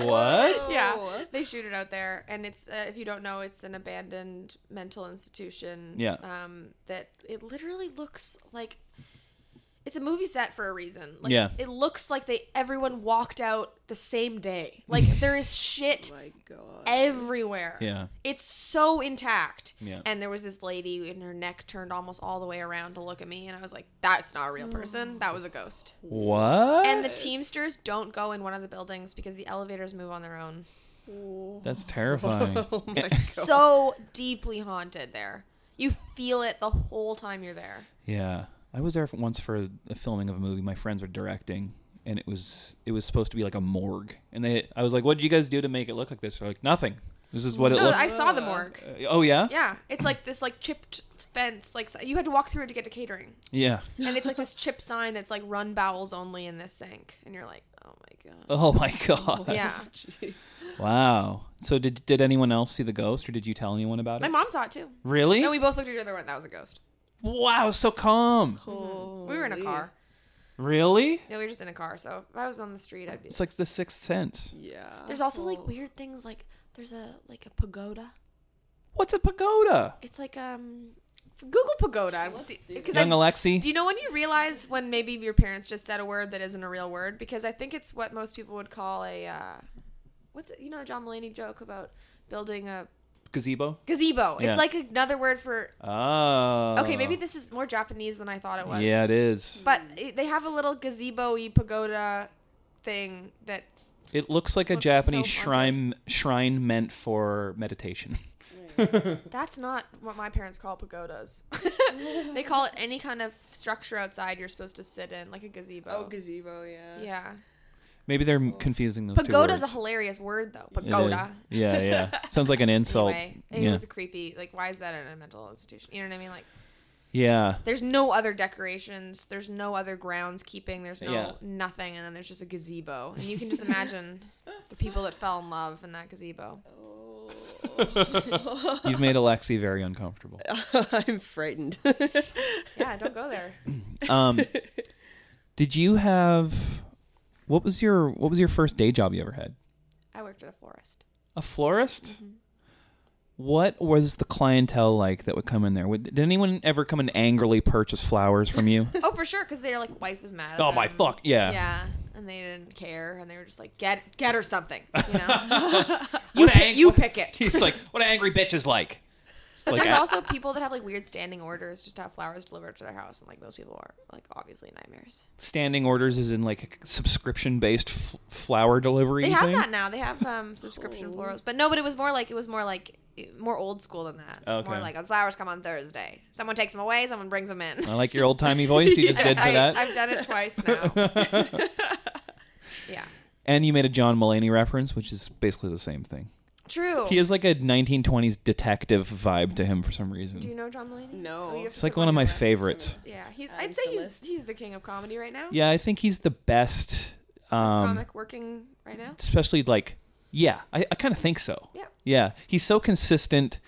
Speaker 1: What?
Speaker 2: yeah,
Speaker 3: Oh.
Speaker 2: they shoot it out there, and it's uh, if you don't know, it's an abandoned mental institution.
Speaker 1: Yeah.
Speaker 2: Um, that it literally looks like it's a movie set for a reason. Like,
Speaker 1: Yeah.
Speaker 2: It looks like they everyone walked out the same day. Like there is shit
Speaker 3: Oh my god.
Speaker 2: everywhere.
Speaker 1: Yeah.
Speaker 2: It's so intact.
Speaker 1: Yeah.
Speaker 2: And there was this lady and her neck turned almost all the way around to look at me and I was like, that's not a real person. That was a ghost.
Speaker 1: What?
Speaker 2: And the Teamsters don't go in one of the buildings because the elevators move on their own.
Speaker 1: That's terrifying.
Speaker 3: Oh my god.
Speaker 2: so deeply haunted there. You feel it the whole time you're there.
Speaker 1: Yeah, I was there for, once for a filming of a movie. My friends were directing, and it was it was supposed to be like a morgue. And they, I was like, "What did you guys do to make it look like this?" They're like, "Nothing. This is what it
Speaker 2: No,
Speaker 1: looked."
Speaker 2: I saw the morgue.
Speaker 1: Uh, oh yeah?
Speaker 2: Yeah, it's like this like chipped fence. Like you had to walk through it to get to catering,
Speaker 1: yeah,
Speaker 2: and it's like this chip sign that's like run bowels only in this sink, and you're like, oh my god.
Speaker 1: Oh my god!
Speaker 2: Yeah,
Speaker 3: Jeez.
Speaker 1: Wow. So did did anyone else see the ghost, or did you tell anyone about
Speaker 2: my
Speaker 1: it?
Speaker 2: mom saw it too,
Speaker 1: really?
Speaker 2: and we both looked at each other. and went, That was a ghost.
Speaker 1: wow, so calm.
Speaker 2: We were in a
Speaker 3: Mm-hmm. Holy.
Speaker 2: car.
Speaker 1: Really?
Speaker 2: No, we were just in a car. So if I was on the street, I'd be.
Speaker 1: It's like the sixth sense.
Speaker 3: Yeah.
Speaker 2: There's also like "Oh." weird things like there's a like a pagoda.
Speaker 1: What's a pagoda?
Speaker 2: It's like um. Google pagoda because
Speaker 1: Young
Speaker 2: I
Speaker 1: Alexi.
Speaker 2: Do you know when you realize when maybe your parents just said a word that isn't a real word? Because I think it's what most people would call a uh, what's it, you know the John Mulaney joke about building a
Speaker 1: Gazebo.
Speaker 2: gazebo.
Speaker 1: Yeah.
Speaker 2: It's like another word for
Speaker 1: Oh.
Speaker 2: okay, maybe this is more Japanese than I thought it was.
Speaker 1: Yeah, it is.
Speaker 2: But it, they have a little gazebo-y pagoda thing that
Speaker 1: It looks like a
Speaker 2: Looks so
Speaker 1: Japanese
Speaker 2: haunted.
Speaker 1: shrine shrine meant for meditation.
Speaker 2: that's not what my parents call pagodas. they call it any kind of structure outside you're supposed to sit in, like a gazebo.
Speaker 3: Oh, gazebo. Yeah.
Speaker 2: yeah.
Speaker 1: Maybe they're confusing those
Speaker 2: Pagoda's
Speaker 1: two
Speaker 2: a
Speaker 1: words.
Speaker 2: hilarious word though.
Speaker 1: It is.
Speaker 2: Pagoda.
Speaker 1: Yeah, yeah. Sounds like an insult.
Speaker 2: Anyway, it
Speaker 1: yeah.
Speaker 2: was a creepy. Like, why is that in a mental institution? You know what I mean? Like,
Speaker 1: yeah.
Speaker 2: there's no other decorations. There's no other grounds keeping. There's no
Speaker 1: Yeah.
Speaker 2: nothing, and then there's just a gazebo, and you can just imagine the people that fell in love in that gazebo.
Speaker 3: Oh.
Speaker 1: You've made Alexi very uncomfortable.
Speaker 2: Uh,
Speaker 3: I'm frightened.
Speaker 2: Yeah, don't go there.
Speaker 1: Um, did you have what was your what was your first day job you ever had?
Speaker 2: I worked at a florist.
Speaker 1: A florist?
Speaker 2: Mm-hmm.
Speaker 1: What was the clientele like that would come in there? Would, did anyone ever come and angrily purchase flowers from you?
Speaker 2: Oh, for sure, because their like wife was mad. At
Speaker 1: oh my
Speaker 2: them.
Speaker 1: fuck, yeah.
Speaker 2: Yeah, and they didn't care, and they were just like, get get her something. You know,
Speaker 1: You,
Speaker 2: pick, you pick it.
Speaker 1: He's like, what an angry bitch is like. It's like
Speaker 2: There's
Speaker 1: a-
Speaker 2: also people that have like weird standing orders just to have flowers delivered to their house, and like those people are like obviously nightmares.
Speaker 1: standing orders is in like a subscription based f- flower delivery
Speaker 2: They have
Speaker 1: thing?
Speaker 2: that now. They have um, subscription florals, but no. But it was more like it was more like more old school than that.
Speaker 1: Oh, Okay.
Speaker 2: More like the flowers come on Thursday. Someone takes them away. Someone brings them in.
Speaker 1: I like your old timey voice Oh, you just did for
Speaker 2: I,
Speaker 1: that.
Speaker 2: have done it twice now. yeah,
Speaker 1: and you made a John Mulaney reference, which is basically the same thing.
Speaker 2: true.
Speaker 1: He has like a 1920s detective vibe to him for some
Speaker 2: Do you
Speaker 1: reason.
Speaker 2: know John Mulaney?
Speaker 3: No. Oh,
Speaker 2: you have
Speaker 1: It's
Speaker 2: to
Speaker 1: like
Speaker 2: put
Speaker 1: one of
Speaker 2: on
Speaker 1: my
Speaker 2: your list.
Speaker 1: favorites.
Speaker 2: Yeah, he's.
Speaker 3: Add
Speaker 2: I'd
Speaker 3: to
Speaker 2: say
Speaker 3: the
Speaker 2: he's
Speaker 3: list.
Speaker 2: he's the king of comedy right now.
Speaker 1: Yeah, I think he's the best.
Speaker 2: Is
Speaker 1: Um,
Speaker 2: comic working right now.
Speaker 1: especially like, yeah, I, I kind of think so.
Speaker 2: Yeah.
Speaker 1: Yeah, he's so consistent.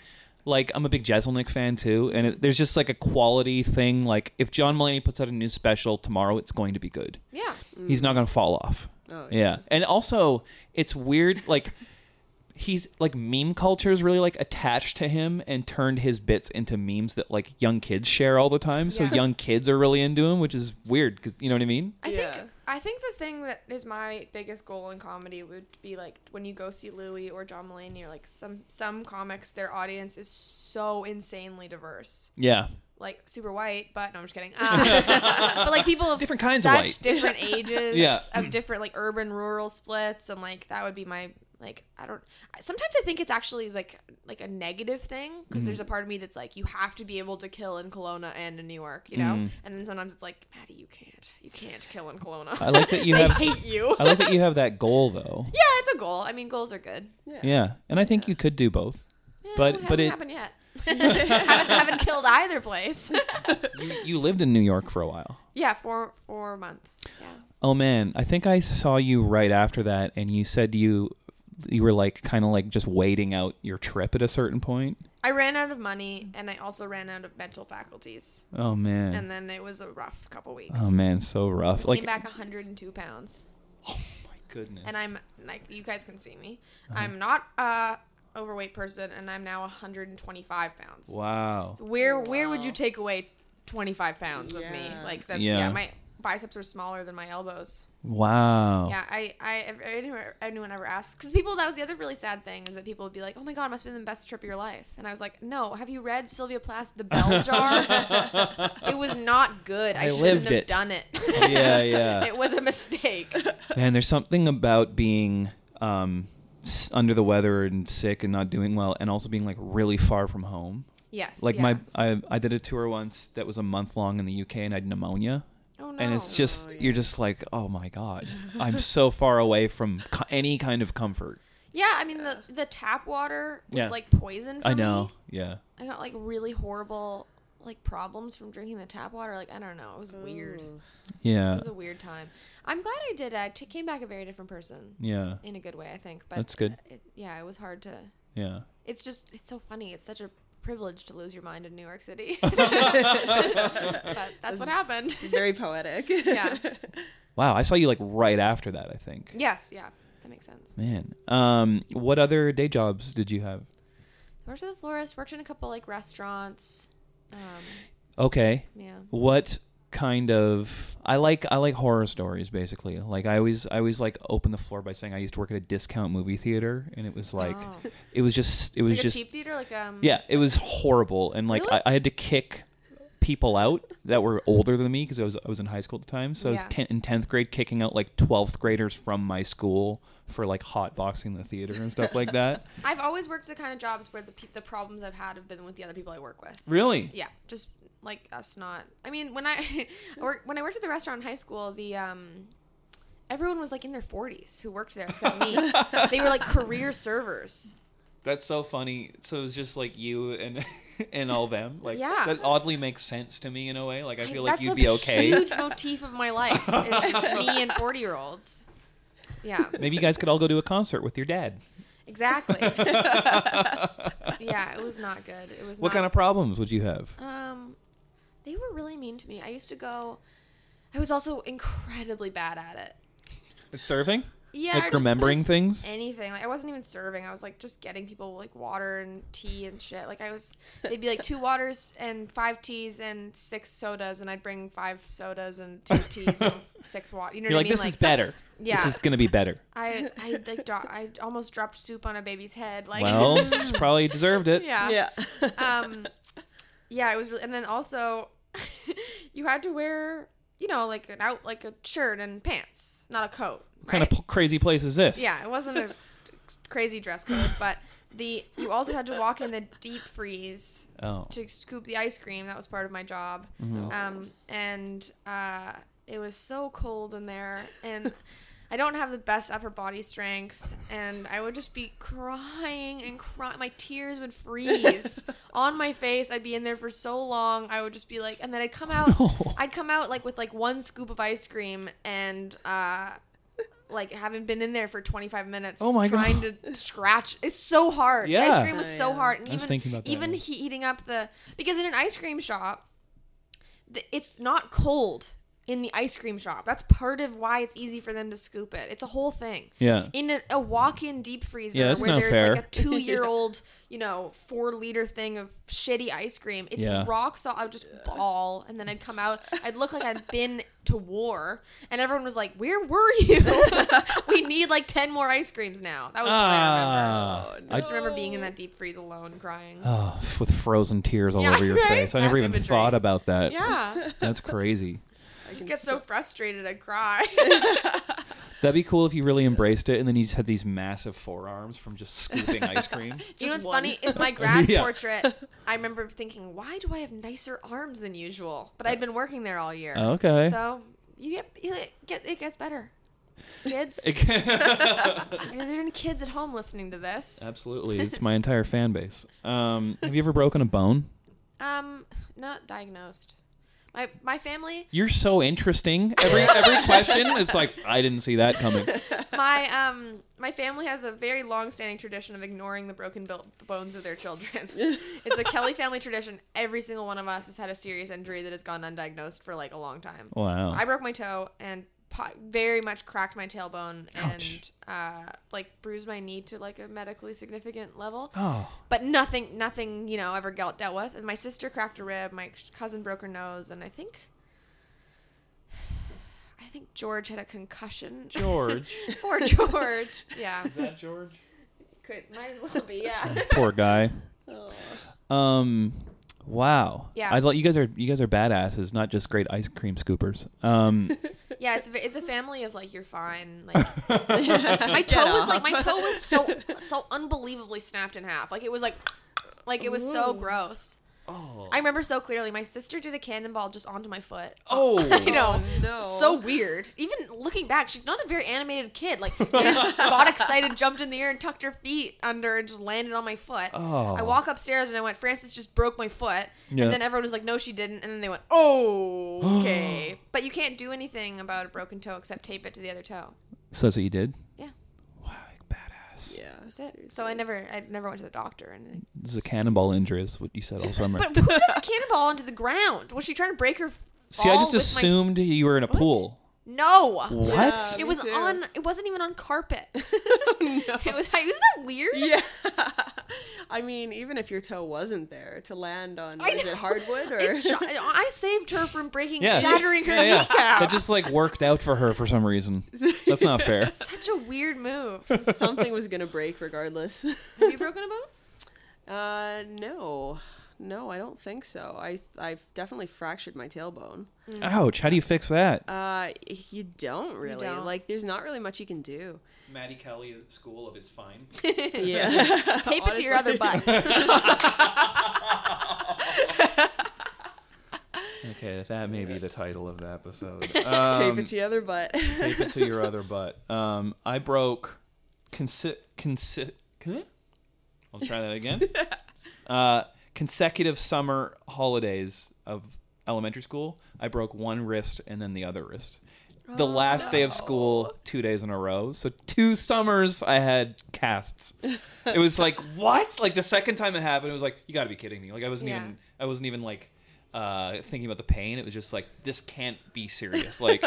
Speaker 1: like I'm a big Jeselnik fan too, and it, there's just like a quality thing. Like if John Mulaney puts out a new special tomorrow, it's going to be good.
Speaker 2: Yeah.
Speaker 1: He's
Speaker 2: Mm.
Speaker 1: not going to fall off.
Speaker 3: Oh,
Speaker 1: yeah. and also it's weird. Like he's like meme culture is really like attached to him and turned his bits into memes that like young kids share all the time. So
Speaker 2: Yeah.
Speaker 1: young kids are really into him, which is weird because you know what I mean.
Speaker 2: I
Speaker 3: Yeah.
Speaker 2: think I think the thing that is my biggest goal in comedy would be like when you go see Louis or John Mulaney or like some some comics, their audience is so insanely diverse,
Speaker 1: Yeah,
Speaker 2: like super white. But no, I'm just kidding. Uh, but like people of
Speaker 1: Different kinds of
Speaker 2: such
Speaker 1: white.
Speaker 2: different ages,
Speaker 1: Yeah.
Speaker 2: of different like urban rural splits, and like that would be my like I don't. I- Sometimes I think it's actually like like a negative thing because
Speaker 1: Mm.
Speaker 2: there's a part of me that's like you have to be able to kill in Kelowna and in New York, you
Speaker 1: Mm.
Speaker 2: know. And then sometimes it's like Maddie, you can't, you can't kill in Kelowna.
Speaker 1: I like that you
Speaker 2: They
Speaker 1: have.
Speaker 2: hate you.
Speaker 1: I like that you have that goal though.
Speaker 2: yeah, it's a goal. I mean, goals are good.
Speaker 1: Yeah, and I think you could do both.
Speaker 2: Yeah,
Speaker 1: But-
Speaker 2: it hasn't
Speaker 1: but it-
Speaker 2: happened yet. haven't, haven't killed either place.
Speaker 1: You, you lived in New York for a while.
Speaker 2: yeah, four four months. Yeah.
Speaker 1: Oh man, I think I saw you right after that, and you said you you were like kind of like just waiting out your trip at a certain point.
Speaker 2: I ran out of money, and I also ran out of mental faculties,
Speaker 1: Oh man,
Speaker 2: and then it was a rough couple weeks.
Speaker 1: oh man, so rough. Like oh,
Speaker 2: Came back 102 pounds,
Speaker 1: my goodness.
Speaker 2: and I'm like, you guys can see me.
Speaker 1: Uh-huh.
Speaker 2: I'm not a overweight person, and I'm now 125 pounds.
Speaker 1: wow.
Speaker 2: Where
Speaker 3: Oh,
Speaker 2: where would
Speaker 3: wow.
Speaker 2: you take away 25 pounds of me?
Speaker 3: Yeah.
Speaker 2: Like that's
Speaker 1: Yeah.
Speaker 2: yeah, my biceps are smaller than my elbows.
Speaker 1: Wow.
Speaker 2: Yeah, I, I, if anyone, anyone ever asks, because people, that was the other really sad thing is that people would be like, oh my God, must have been the best trip of your life. And I was like, no, have you read Sylvia Plath, The Bell Jar? it was not good. I,
Speaker 1: I
Speaker 2: shouldn't
Speaker 1: lived
Speaker 2: have
Speaker 1: it.
Speaker 2: done it.
Speaker 1: Yeah, yeah.
Speaker 2: it was a mistake.
Speaker 1: Man, there's something about being um, s- under the weather and sick and not doing well, and also being like really far from home.
Speaker 2: Yes.
Speaker 1: Like
Speaker 2: yeah.
Speaker 1: my, I, I did a tour once that was a month long in the UK, and I had pneumonia.
Speaker 2: Oh, no.
Speaker 1: and it's just
Speaker 3: Oh, yeah.
Speaker 1: you're just like oh my god i'm so far away from co- any kind of comfort
Speaker 2: Yeah, I mean, the, the tap water was
Speaker 1: Yeah.
Speaker 2: like poison for
Speaker 1: i know
Speaker 2: me.
Speaker 1: yeah
Speaker 2: I got like really horrible like problems from drinking the tap water. Like, I don't know. It was weird. It
Speaker 1: yeah
Speaker 2: was a weird time. I'm glad I did. it. I t- came back a very different person.
Speaker 1: yeah
Speaker 2: in a good way, I think. But
Speaker 1: That's good.
Speaker 2: It, yeah, it was hard to.
Speaker 1: yeah
Speaker 2: It's just it's so funny. It's such a privilege to lose your mind in New York City. but that's what happened.
Speaker 3: Very poetic.
Speaker 2: Yeah.
Speaker 1: wow i saw you like right after that i think
Speaker 2: Yes. Yeah. That makes sense.
Speaker 1: man um what other day jobs did you have
Speaker 2: Worked at the florist. Worked in a couple like restaurants. Um,
Speaker 1: okay
Speaker 2: yeah.
Speaker 1: what kind of i like i like horror stories basically like i always i always like open the floor by saying i used to work at a discount movie theater and it was like
Speaker 2: Oh.
Speaker 1: it was just it was
Speaker 2: like
Speaker 1: just
Speaker 2: a cheap theater, like um.
Speaker 1: Yeah, it was horrible, and like
Speaker 2: Really?
Speaker 1: I, I had to kick people out that were older than me because I was I was in high school at the time, so I was
Speaker 2: Yeah.
Speaker 1: ten, in tenth grade kicking out like twelfth graders from my school for like hot boxing the theater and stuff like that.
Speaker 2: I've always worked the kind of jobs where the pe- the problems I've had have been with the other people I work with.
Speaker 1: Really?
Speaker 2: yeah just like us not i mean when i or when i worked at the restaurant in high school the um everyone was like in their 40s who worked there except me they were like career servers
Speaker 1: That's so funny. So it was just like you and and all them. Like
Speaker 2: Yeah.
Speaker 1: that oddly makes sense to me in a way. Like I feel like
Speaker 2: That's a
Speaker 1: you'd be okay.
Speaker 2: huge motif of my life is just me and 40 year olds yeah
Speaker 1: Maybe you guys could all go to a concert with your dad.
Speaker 2: exactly yeah it was not good it was
Speaker 1: What
Speaker 2: not
Speaker 1: kind of problems would you have?
Speaker 2: Um, they were really mean to me. I used to go. I was also incredibly bad at it.
Speaker 1: Like surfing?
Speaker 2: Yeah,
Speaker 1: like
Speaker 2: or just-
Speaker 1: remembering
Speaker 2: just
Speaker 1: things?
Speaker 2: anything. Like I wasn't even serving. I was like just getting people like water and tea and shit. Like I was they'd be like two waters and five teas and six sodas and I'd bring five sodas and two teas and six water. You know
Speaker 1: You're like,
Speaker 2: what I mean?
Speaker 1: this is better.
Speaker 2: Yeah.
Speaker 1: This is gonna be better.
Speaker 2: I I like dro- I almost dropped soup on a baby's head like
Speaker 1: Well, she probably deserved it.
Speaker 2: yeah.
Speaker 3: yeah.
Speaker 2: Um yeah, it was really and then also you had to wear, you know, like an out like a shirt and pants, not a coat.
Speaker 1: What kind of
Speaker 2: right?
Speaker 1: p- crazy place is this?
Speaker 2: Yeah, it wasn't a crazy dress code, but the you also had to walk in the deep freeze
Speaker 1: Oh.
Speaker 2: to scoop the ice cream. That was part of my job.
Speaker 1: Mm-hmm.
Speaker 3: Oh.
Speaker 2: Um, and uh, it was so cold in there, and I don't have the best upper body strength, and I would just be crying and crying. My tears would freeze on my face. I'd be in there for so long. I would just be like, and then I'd come out.
Speaker 1: No.
Speaker 2: I'd come out like with like one scoop of ice cream and. Uh, like haven't been in there for 25 minutes
Speaker 1: Oh my
Speaker 2: trying to scratch. It's so hard. The
Speaker 1: Yeah.
Speaker 2: Ice cream was
Speaker 3: Oh,
Speaker 2: so
Speaker 3: yeah.
Speaker 2: hard. And
Speaker 1: I
Speaker 2: even,
Speaker 1: was thinking about that
Speaker 2: Even
Speaker 1: one.
Speaker 2: he eating up the because in an ice cream shop, th- it's not cold in the ice cream shop. That's part of why it's easy for them to scoop it. It's a whole thing.
Speaker 1: Yeah.
Speaker 2: In a, a walk-in deep freezer
Speaker 1: Yeah, that's
Speaker 2: where
Speaker 1: not
Speaker 2: there's like
Speaker 1: fair.
Speaker 2: a two-year-old, you know, four-liter thing of shitty ice cream. It's
Speaker 1: Yeah.
Speaker 2: rock salt. I would just ball, and then I'd come out. I'd look like I'd been to war, and everyone was like, "Where were you? we need like ten more ice creams now." That was what I remember.
Speaker 1: Ah,
Speaker 2: I
Speaker 1: I,
Speaker 2: just remember being in that deep freeze alone, crying.
Speaker 1: oh, with frozen tears all
Speaker 2: Yeah,
Speaker 1: over your
Speaker 2: right?
Speaker 1: face. I never
Speaker 2: That's
Speaker 1: even
Speaker 2: imagery.
Speaker 1: thought about that.
Speaker 2: yeah,
Speaker 1: That's crazy.
Speaker 3: I
Speaker 2: just
Speaker 3: can
Speaker 2: get so
Speaker 3: s-
Speaker 2: frustrated I'd cry.
Speaker 1: That'd be cool if you really embraced it, and then you just had these massive forearms from just scooping ice cream.
Speaker 2: you know what's
Speaker 3: Just one.
Speaker 2: funny is my grad
Speaker 1: Yeah.
Speaker 2: portrait. I remember thinking, "Why do I have nicer arms than usual?" But
Speaker 1: Uh,
Speaker 2: I'd been working there all year.
Speaker 1: Oh, Okay.
Speaker 2: So you get, you get it gets better. Kids, if there's any kids at home listening to this.
Speaker 1: Absolutely, it's my entire fan base. Um, have you ever broken a bone?
Speaker 2: Um, not diagnosed. My my family,
Speaker 1: You're so interesting. Every every question is like, I didn't see that coming.
Speaker 2: my um my family has a very long-standing tradition of ignoring the broken bil- bones of their children. it's a Kelly family tradition. Every single one of us has had a serious injury that has gone undiagnosed for like a long time.
Speaker 1: Wow.
Speaker 2: I broke my toe and po- very much cracked my tailbone
Speaker 1: Ouch.
Speaker 2: and uh, like bruised my knee to like a medically significant level.
Speaker 1: Oh,
Speaker 2: but nothing nothing you know ever got dealt with and my sister cracked a rib my cousin broke her nose and i think i think george had a concussion
Speaker 1: George.
Speaker 2: poor george yeah
Speaker 1: that George?
Speaker 2: could might as well be yeah
Speaker 1: Poor guy.
Speaker 3: Aw.
Speaker 1: Um, wow.
Speaker 2: Yeah.
Speaker 1: I thought you guys are you guys are badasses, not just great ice cream scoopers. Um,
Speaker 2: yeah it's a, it's a family of like you're fine like my toe was like my toe was so so unbelievably snapped in half like it was like like it was so
Speaker 3: Ooh.
Speaker 2: gross
Speaker 1: oh.
Speaker 2: i remember so clearly my sister did a cannonball just onto my foot
Speaker 1: oh.
Speaker 2: you know
Speaker 3: no.
Speaker 2: so weird. Even looking back, she's not a very animated kid. Like, she just got excited, jumped in the air, and tucked her feet under, and just landed on my foot.
Speaker 1: Oh.
Speaker 2: I walk upstairs and I went, Francis just broke my foot.
Speaker 1: Yeah.
Speaker 2: And then everyone was like, No, she didn't. And then they went, Oh, okay. but you can't do anything about a broken toe except tape it to the other toe.
Speaker 1: So that's what you did.
Speaker 2: Yeah.
Speaker 1: Wow, like badass.
Speaker 3: Yeah.
Speaker 2: That's it. So I never, I never went to the doctor or anything.
Speaker 1: This is a cannonball injury. Is what you said all summer.
Speaker 2: But who does cannonball into the ground? Was she trying to break her?
Speaker 1: See, I
Speaker 2: fall
Speaker 1: just
Speaker 2: with my-
Speaker 1: assumed you were in a pool.
Speaker 2: No.
Speaker 1: What?
Speaker 3: Yeah.
Speaker 2: It
Speaker 3: Me
Speaker 2: was
Speaker 3: too.
Speaker 2: on. It wasn't even on carpet. It Oh, was. Isn't that weird?
Speaker 3: Yeah. I mean, even if your toe wasn't there, to land on
Speaker 2: I
Speaker 3: is
Speaker 2: know.
Speaker 3: it hardwood or
Speaker 2: It's sho- I saved her from breaking,
Speaker 1: Yeah.
Speaker 2: shattering her
Speaker 1: Yeah, yeah.
Speaker 2: kneecap.
Speaker 1: That just like worked out for her for some reason. That's not fair.
Speaker 2: Such a weird move. Have
Speaker 3: something was gonna break regardless?
Speaker 2: you broken a bone?
Speaker 3: Uh, no, no, I don't think so. I I've definitely fractured my tailbone.
Speaker 1: Ouch! How do you fix that?
Speaker 3: Uh, you don't really
Speaker 2: don't.
Speaker 3: like. There's not really much you can do.
Speaker 1: Maddie Kelly School of It's Fine.
Speaker 3: Yeah.
Speaker 2: Tape it to your other butt.
Speaker 1: Okay, that may be the title of the episode.
Speaker 3: Tape
Speaker 1: Um,
Speaker 3: it to your other butt.
Speaker 1: tape it to your other butt. Um, I broke. Consi- consi- I'll try that again. Uh, consecutive summer holidays of elementary school, I broke one wrist and then the other wrist.
Speaker 3: Oh,
Speaker 1: The last day of school, two days in a row. So two summers, I had casts. It was like what? Like the second time it happened, it was like you got to be kidding me. Like I wasn't
Speaker 2: Yeah.
Speaker 1: even, I wasn't even like uh, thinking about the pain. It was just like this can't be serious. Like,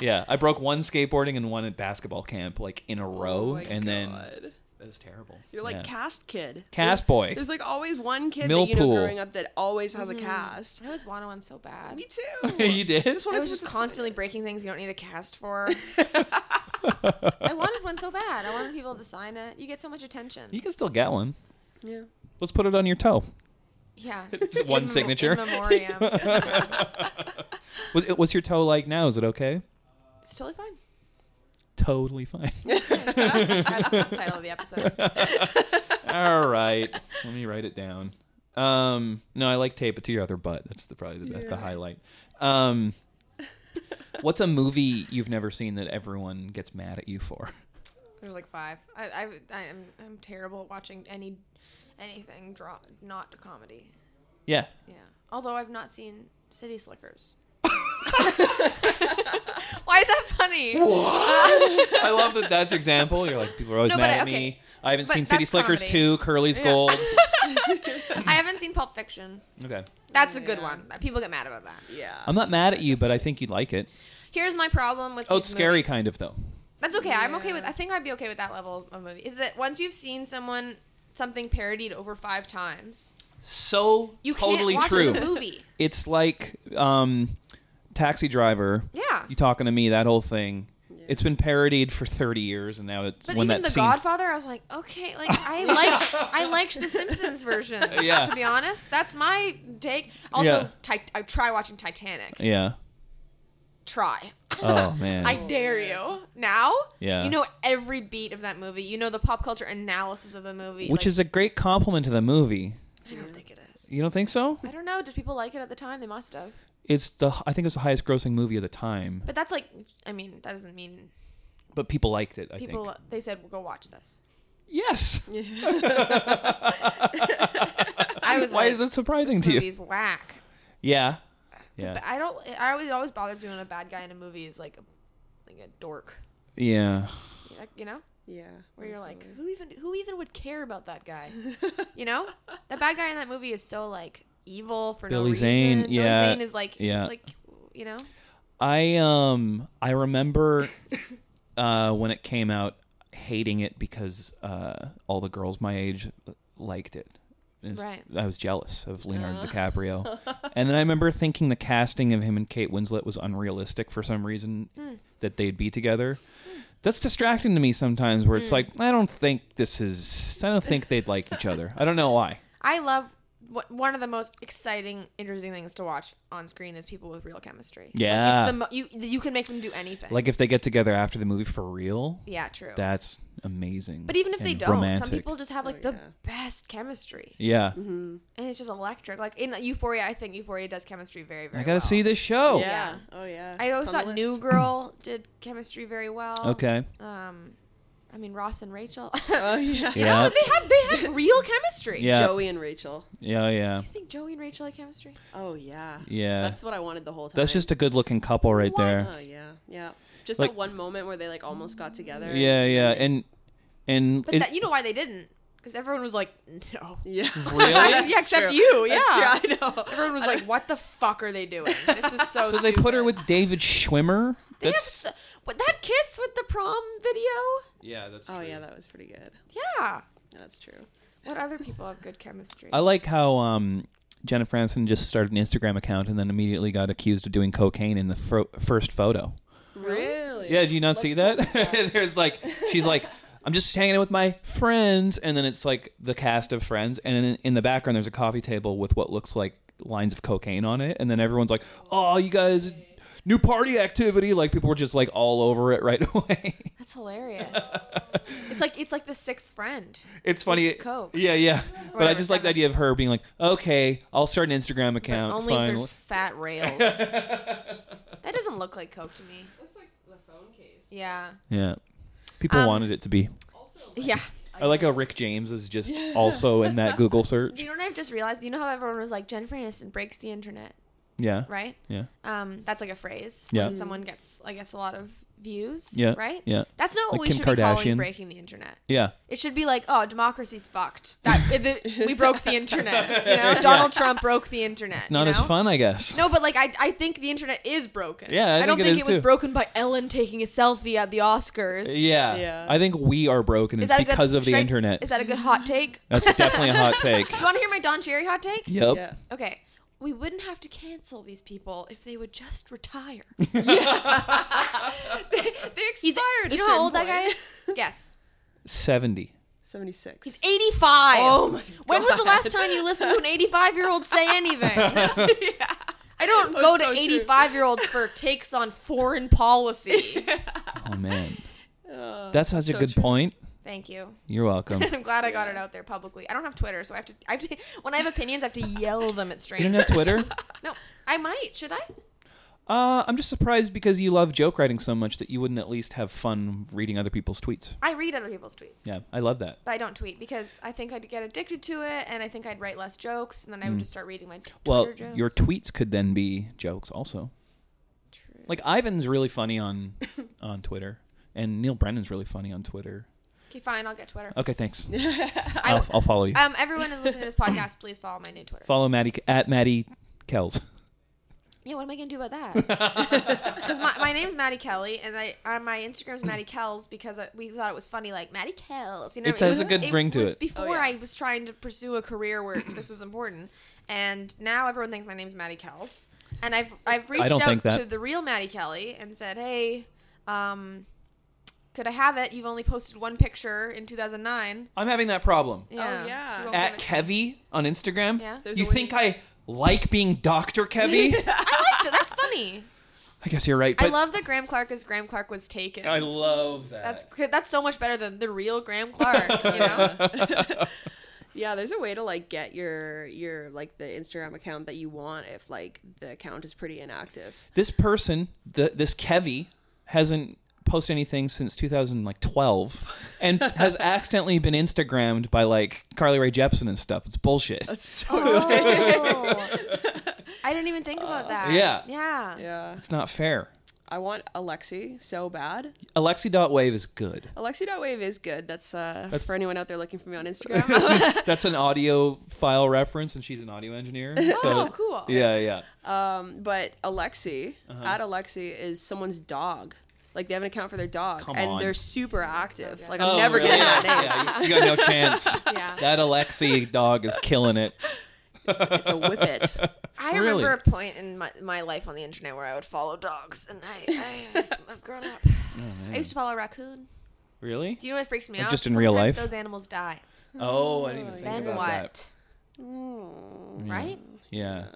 Speaker 1: yeah, I broke one skateboarding and one at basketball camp, like in a row, and then
Speaker 3: Oh God.
Speaker 1: it was terrible.
Speaker 3: you're like
Speaker 1: Yeah.
Speaker 3: cast kid.
Speaker 1: Cast boy.
Speaker 3: There's like always one kid that you know
Speaker 1: Millpool.
Speaker 3: growing up that always has
Speaker 2: Mm-hmm.
Speaker 3: a cast.
Speaker 2: I always wanted one so bad.
Speaker 3: Me too.
Speaker 1: you did.
Speaker 3: I just
Speaker 2: I
Speaker 3: wanted
Speaker 2: was
Speaker 3: to
Speaker 2: just
Speaker 3: just
Speaker 2: constantly breaking things you don't need a cast for. I wanted one so bad. I wanted people to sign it. You get so much attention.
Speaker 1: You can still get one.
Speaker 3: Yeah.
Speaker 1: Let's put it on your toe.
Speaker 2: Yeah.
Speaker 1: Just one
Speaker 2: In mem-
Speaker 1: signature.
Speaker 2: In memoriam.
Speaker 1: What- What's your toe like now? Is it okay?
Speaker 2: It's totally fine.
Speaker 1: Totally fine.
Speaker 2: That's the title of the episode.
Speaker 1: All right. Let me write it down. Um, no, I like tape it to your other butt. That's the, probably the, that's the highlight. Um, what's a movie you've never seen that everyone gets mad at you for?
Speaker 2: There's like five. I, I, I am, I'm terrible at watching any, anything draw, not comedy.
Speaker 1: Yeah.
Speaker 2: Yeah. Although I've not seen City Slickers. Why Why is that funny?
Speaker 1: What? I love that that's your example. You're like, people are always
Speaker 2: No, but
Speaker 1: mad
Speaker 2: I-
Speaker 1: at
Speaker 2: okay.
Speaker 1: me. I haven't
Speaker 2: But
Speaker 1: seen City
Speaker 2: that's
Speaker 1: Slickers
Speaker 2: comedy.
Speaker 1: 2, Curly's
Speaker 2: Yeah.
Speaker 1: Gold.
Speaker 2: I haven't seen Pulp Fiction.
Speaker 1: Okay.
Speaker 2: That's a good
Speaker 3: Yeah.
Speaker 2: one. People get mad about that.
Speaker 3: Yeah.
Speaker 1: I'm not mad at you, but I think you'd like it.
Speaker 2: Here's my problem with
Speaker 1: Oh, it's scary, kind of, though.
Speaker 2: That's okay. I'm okay
Speaker 3: Yeah.
Speaker 2: with. I think I'd be okay with that level of movie. Is that once you've seen someone something parodied over five times,
Speaker 1: So
Speaker 2: you
Speaker 1: totally
Speaker 2: can't watch
Speaker 1: true.
Speaker 2: the movie.
Speaker 1: It's like um, Taxi Driver.
Speaker 2: Yeah.
Speaker 1: You talking to me? That whole thing. It's been parodied for 30 years, and now it's
Speaker 2: But
Speaker 1: when that
Speaker 2: even The
Speaker 1: scene.
Speaker 2: Godfather, I was like, okay, like I liked I liked the Simpsons version.
Speaker 1: Yeah.
Speaker 2: To be honest, that's my take. Also,
Speaker 1: Yeah.
Speaker 2: Tit- I try watching Titanic.
Speaker 1: yeah.
Speaker 2: Try.
Speaker 1: Oh man.
Speaker 2: I dare you. Now,
Speaker 1: Yeah.
Speaker 2: you know every beat of that movie. You know the pop culture analysis of the movie,
Speaker 1: Which
Speaker 2: like,
Speaker 1: is a great compliment to the movie.
Speaker 2: I don't think it is.
Speaker 1: You don't think so?
Speaker 2: I don't know. Did people like it at the time? They must have.
Speaker 1: It's the I think it was the highest grossing movie of the time,
Speaker 2: But that's like, I mean, that doesn't mean
Speaker 1: but people liked it. I
Speaker 2: people.
Speaker 1: think.
Speaker 2: They said, "Well, go watch this."
Speaker 1: Yes.
Speaker 2: I was.
Speaker 1: Why
Speaker 2: like,
Speaker 1: is that surprising
Speaker 2: This
Speaker 1: to you?
Speaker 2: movie's whack.
Speaker 1: Yeah.
Speaker 2: But
Speaker 1: Yeah.
Speaker 2: I don't. I always it always bothers me when a bad guy in a movie is like, a, like a dork.
Speaker 1: Yeah.
Speaker 2: Like, You know,
Speaker 3: Yeah.
Speaker 2: where you're like, who even who even would care about that guy? You know, the bad guy in that movie is so like evil for no
Speaker 1: Billy
Speaker 2: reason.
Speaker 1: Zane,
Speaker 2: Billy
Speaker 1: yeah,
Speaker 2: Zane is like,
Speaker 1: yeah.
Speaker 2: like you know,
Speaker 1: I um I remember uh when it came out hating it because uh all the girls my age liked it. It was-
Speaker 2: Right. Uh.
Speaker 1: I was jealous of Leonardo DiCaprio. and then I remember thinking the casting of him and Kate Winslet was unrealistic for some reason
Speaker 2: Hmm.
Speaker 1: that they'd be together. That's distracting to me sometimes where
Speaker 2: Hmm.
Speaker 1: it's like I don't think this is I don't think they'd like each other. I don't know why.
Speaker 2: I love. What, one of the most exciting, interesting things to watch on screen is people with real chemistry. Like,
Speaker 1: Yeah.
Speaker 2: it's the mo- you you can make them do anything.
Speaker 1: Like if they get together after the movie for real,
Speaker 2: yeah, true.
Speaker 1: that's amazing.
Speaker 2: But even if they
Speaker 1: and
Speaker 2: don't,
Speaker 1: romantic.
Speaker 2: some people just have like
Speaker 3: Oh,
Speaker 2: the
Speaker 3: yeah.
Speaker 2: best chemistry,
Speaker 1: Yeah.
Speaker 2: and it's just electric. Like in Euphoria, I think Euphoria does chemistry very, very.
Speaker 1: I gotta
Speaker 2: well.
Speaker 1: see this show.
Speaker 3: Yeah.
Speaker 2: Yeah.
Speaker 3: Oh yeah.
Speaker 2: I always
Speaker 3: It's on
Speaker 2: thought
Speaker 3: the
Speaker 2: New
Speaker 3: list.
Speaker 2: Girl did chemistry very well.
Speaker 1: Okay.
Speaker 2: Um, I mean Ross and Rachel.
Speaker 3: Oh yeah.
Speaker 2: you
Speaker 1: Yeah.
Speaker 2: know they have they have real chemistry.
Speaker 1: Yeah.
Speaker 3: Joey and Rachel.
Speaker 1: Yeah, yeah.
Speaker 2: You think Joey and Rachel had chemistry?
Speaker 3: Oh yeah.
Speaker 1: Yeah.
Speaker 3: That's what I wanted the whole time.
Speaker 1: That's just a good looking couple right there.
Speaker 3: Oh yeah. Yeah. Just
Speaker 1: Like-
Speaker 3: that one moment where they like almost got together.
Speaker 1: Yeah, yeah. And and
Speaker 2: But
Speaker 1: it-
Speaker 2: that, you know why they didn't? Because everyone was like, no.
Speaker 3: Yeah.
Speaker 1: Really?
Speaker 2: yeah, except you. Yeah.
Speaker 3: That's true. I know.
Speaker 2: Everyone was like, what the fuck are they doing? This is so.
Speaker 1: so they put her with David Schwimmer.
Speaker 2: They have
Speaker 1: That's
Speaker 2: so- but that kiss with the prom video.
Speaker 1: yeah, that's
Speaker 3: Oh yeah, that was pretty good.
Speaker 2: Yeah.
Speaker 3: Yeah, That's true.
Speaker 2: What other people have good chemistry?
Speaker 1: I like how um Jennifer Aniston just started an Instagram account and then immediately got accused of doing cocaine in the fro- first photo.
Speaker 3: Really?
Speaker 1: Yeah, do you not see that? There's like she's like I'm just hanging out with my friends and then it's like the cast of friends and in, in the background there's a coffee table with what looks like lines of cocaine on it and then everyone's like, "Oh, you guys new party activity." Like people were just like all over it right away.
Speaker 2: That's hilarious. it's like it's like the sixth friend.
Speaker 1: it's funny.
Speaker 2: It's Coke.
Speaker 1: Yeah, yeah. But I
Speaker 2: Whatever,
Speaker 1: just like the
Speaker 2: Kevin.
Speaker 1: idea of her being like, "Okay, I'll start an Instagram
Speaker 2: But
Speaker 1: account."
Speaker 2: only if
Speaker 1: finally.
Speaker 2: there's fat rails. that doesn't look like Coke to me.
Speaker 4: Looks like the phone case.
Speaker 2: Yeah.
Speaker 1: yeah. People
Speaker 2: Um,
Speaker 1: wanted it to be.
Speaker 4: Also,
Speaker 2: Yeah.
Speaker 1: I like how Rick James is just also in that Google
Speaker 2: Do
Speaker 1: search.
Speaker 2: you know what I've just realized? You know how everyone was like Jennifer Aniston breaks the internet,
Speaker 1: Yeah.
Speaker 2: right?
Speaker 1: Yeah.
Speaker 2: Um, that's like a phrase
Speaker 1: Yeah.
Speaker 2: when someone gets, I guess, a lot of views.
Speaker 1: Yeah.
Speaker 2: Right.
Speaker 1: Yeah.
Speaker 2: That's not what
Speaker 1: Like
Speaker 2: we
Speaker 1: Kim
Speaker 2: should be
Speaker 1: Kardashian.
Speaker 2: calling breaking the internet.
Speaker 1: Yeah.
Speaker 2: It should be like, oh, democracy's fucked. That the, we broke the internet. You know, Donald Trump broke the internet.
Speaker 1: It's not
Speaker 2: you
Speaker 1: as
Speaker 2: know?
Speaker 1: fun, I guess.
Speaker 2: No, but like I, I think the internet is broken.
Speaker 1: Yeah, I
Speaker 2: don't
Speaker 1: think it
Speaker 2: think
Speaker 1: is
Speaker 2: it was
Speaker 1: too.
Speaker 2: broken by Ellen taking a selfie at the Oscars.
Speaker 1: Yeah.
Speaker 3: Yeah.
Speaker 1: I think we are broken. It's
Speaker 2: that a good-
Speaker 1: because of the
Speaker 2: should I-
Speaker 1: internet.
Speaker 2: Is that a good hot take?
Speaker 1: That's definitely a hot take.
Speaker 2: Do you want to hear my Don Cherry hot take?
Speaker 1: Yep.
Speaker 3: Yeah.
Speaker 2: Okay. We wouldn't have to cancel these people if they would just retire.
Speaker 3: they expired.
Speaker 2: you know how old that guy is? Yes.
Speaker 1: 70.
Speaker 3: Seventy six.
Speaker 2: 85.
Speaker 3: Oh my
Speaker 2: When was the last
Speaker 3: God.
Speaker 2: time you listened to an 85 year old say anything? I don't go
Speaker 3: so
Speaker 2: to
Speaker 3: true.
Speaker 2: 85 year olds for takes on foreign policy.
Speaker 1: Oh, man. That's such a good point.
Speaker 2: Thank you.
Speaker 1: You're welcome. You
Speaker 2: I'm glad I got it out there publicly. I don't have Twitter, so I have to. I have to when I have opinions, I have to yell them at strangers.
Speaker 1: don't have Twitter?
Speaker 2: No, I might. Should I?
Speaker 1: Uh, I'm just surprised because you love joke writing so much that you wouldn't at least have fun reading other people's tweets.
Speaker 2: I read other people's tweets.
Speaker 1: Yeah, I love that.
Speaker 2: But I don't tweet because I think I'd get addicted to it, and I think I'd write less jokes, and then I would just start reading my t- Twitter
Speaker 1: Well,
Speaker 2: jokes.
Speaker 1: your tweets could then be jokes also.
Speaker 2: True.
Speaker 1: Like Ivan's really funny on on Twitter, and Neil Brennan's really funny on Twitter.
Speaker 2: Okay, fine. I'll get Twitter.
Speaker 1: Okay, thanks.
Speaker 2: I,
Speaker 1: Uh, I'll, I'll follow you.
Speaker 2: um, everyone who's listening to this podcast, please follow my new Twitter.
Speaker 1: Follow Maddie at Maddie Kells.
Speaker 2: Yeah, what am I gonna do about that? Because my, my name's Maddie Kelly, and I on my Instagram's Maddie Kells because I, we thought it was funny, like Maddie Kells. You know,
Speaker 1: It has
Speaker 2: was-
Speaker 1: a good ring to
Speaker 2: was
Speaker 1: it.
Speaker 2: Before
Speaker 3: Oh, yeah.
Speaker 2: I was trying to pursue a career where this was important, and now everyone thinks my name's Maddie Kells, and I've I've reached
Speaker 1: don't think
Speaker 2: out
Speaker 1: that.
Speaker 2: to the real Maddie Kelly and said, hey, um, could I have it? You've only posted one picture in 2009.
Speaker 1: I'm having that problem.
Speaker 2: Oh, Yeah,
Speaker 3: yeah.
Speaker 2: she won't
Speaker 1: At
Speaker 2: give it-
Speaker 1: Kevy on Instagram.
Speaker 2: Yeah.
Speaker 3: There's
Speaker 1: You
Speaker 3: a way-
Speaker 1: think I like being Doctor Kevy?
Speaker 2: I liked it. That's funny.
Speaker 1: I guess you're right. But Oh,
Speaker 2: I love that Graham Clark is Graham Clark was taken.
Speaker 1: I love that.
Speaker 2: That's that's so much better than the real Graham Clark. You know,
Speaker 3: Yeah, there's a way to like get your your like the Instagram account that you want if like the account is pretty inactive.
Speaker 1: this person, the, this Kevy, hasn't posted anything since 2012 and has accidentally been Instagrammed by like Carly Rae Jepsen and stuff. It's bullshit.
Speaker 2: oh. I didn't even think about that.
Speaker 1: yeah.
Speaker 2: yeah,
Speaker 3: Yeah,
Speaker 1: It's not fair.
Speaker 3: I want Alexi so bad.
Speaker 1: Alexi.wave is good.
Speaker 3: Alexi.wave is good. That's uh
Speaker 1: That's-
Speaker 3: for anyone out there looking for me on Instagram.
Speaker 1: That's an audio file reference, and she's an audio engineer. So,
Speaker 2: Oh, cool.
Speaker 1: Yeah, yeah.
Speaker 3: um, but Alexi
Speaker 1: Uh-huh.
Speaker 3: at Alexi is someone's dog. Like they have an account for their dog,
Speaker 1: Come
Speaker 3: and
Speaker 1: on.
Speaker 3: they're super active. Like I'm
Speaker 1: Oh,
Speaker 3: never
Speaker 1: really?
Speaker 3: getting that name.
Speaker 1: Yeah, you, you got no chance.
Speaker 2: Yeah.
Speaker 1: That Alexi dog is killing it.
Speaker 3: It's a whippet.
Speaker 2: I
Speaker 1: Really?
Speaker 2: remember a point in my, my life on the internet where I would follow dogs, and I, I I've, I've grown up. I used to follow a raccoon.
Speaker 1: Really?
Speaker 2: Do you know what freaks me
Speaker 1: Oh, Or
Speaker 2: out?
Speaker 1: just in real
Speaker 2: Sometimes
Speaker 1: life?
Speaker 2: those animals die.
Speaker 1: Oh, I didn't even think
Speaker 2: Then
Speaker 1: about
Speaker 2: what?
Speaker 1: that.
Speaker 2: Right?
Speaker 1: Yeah.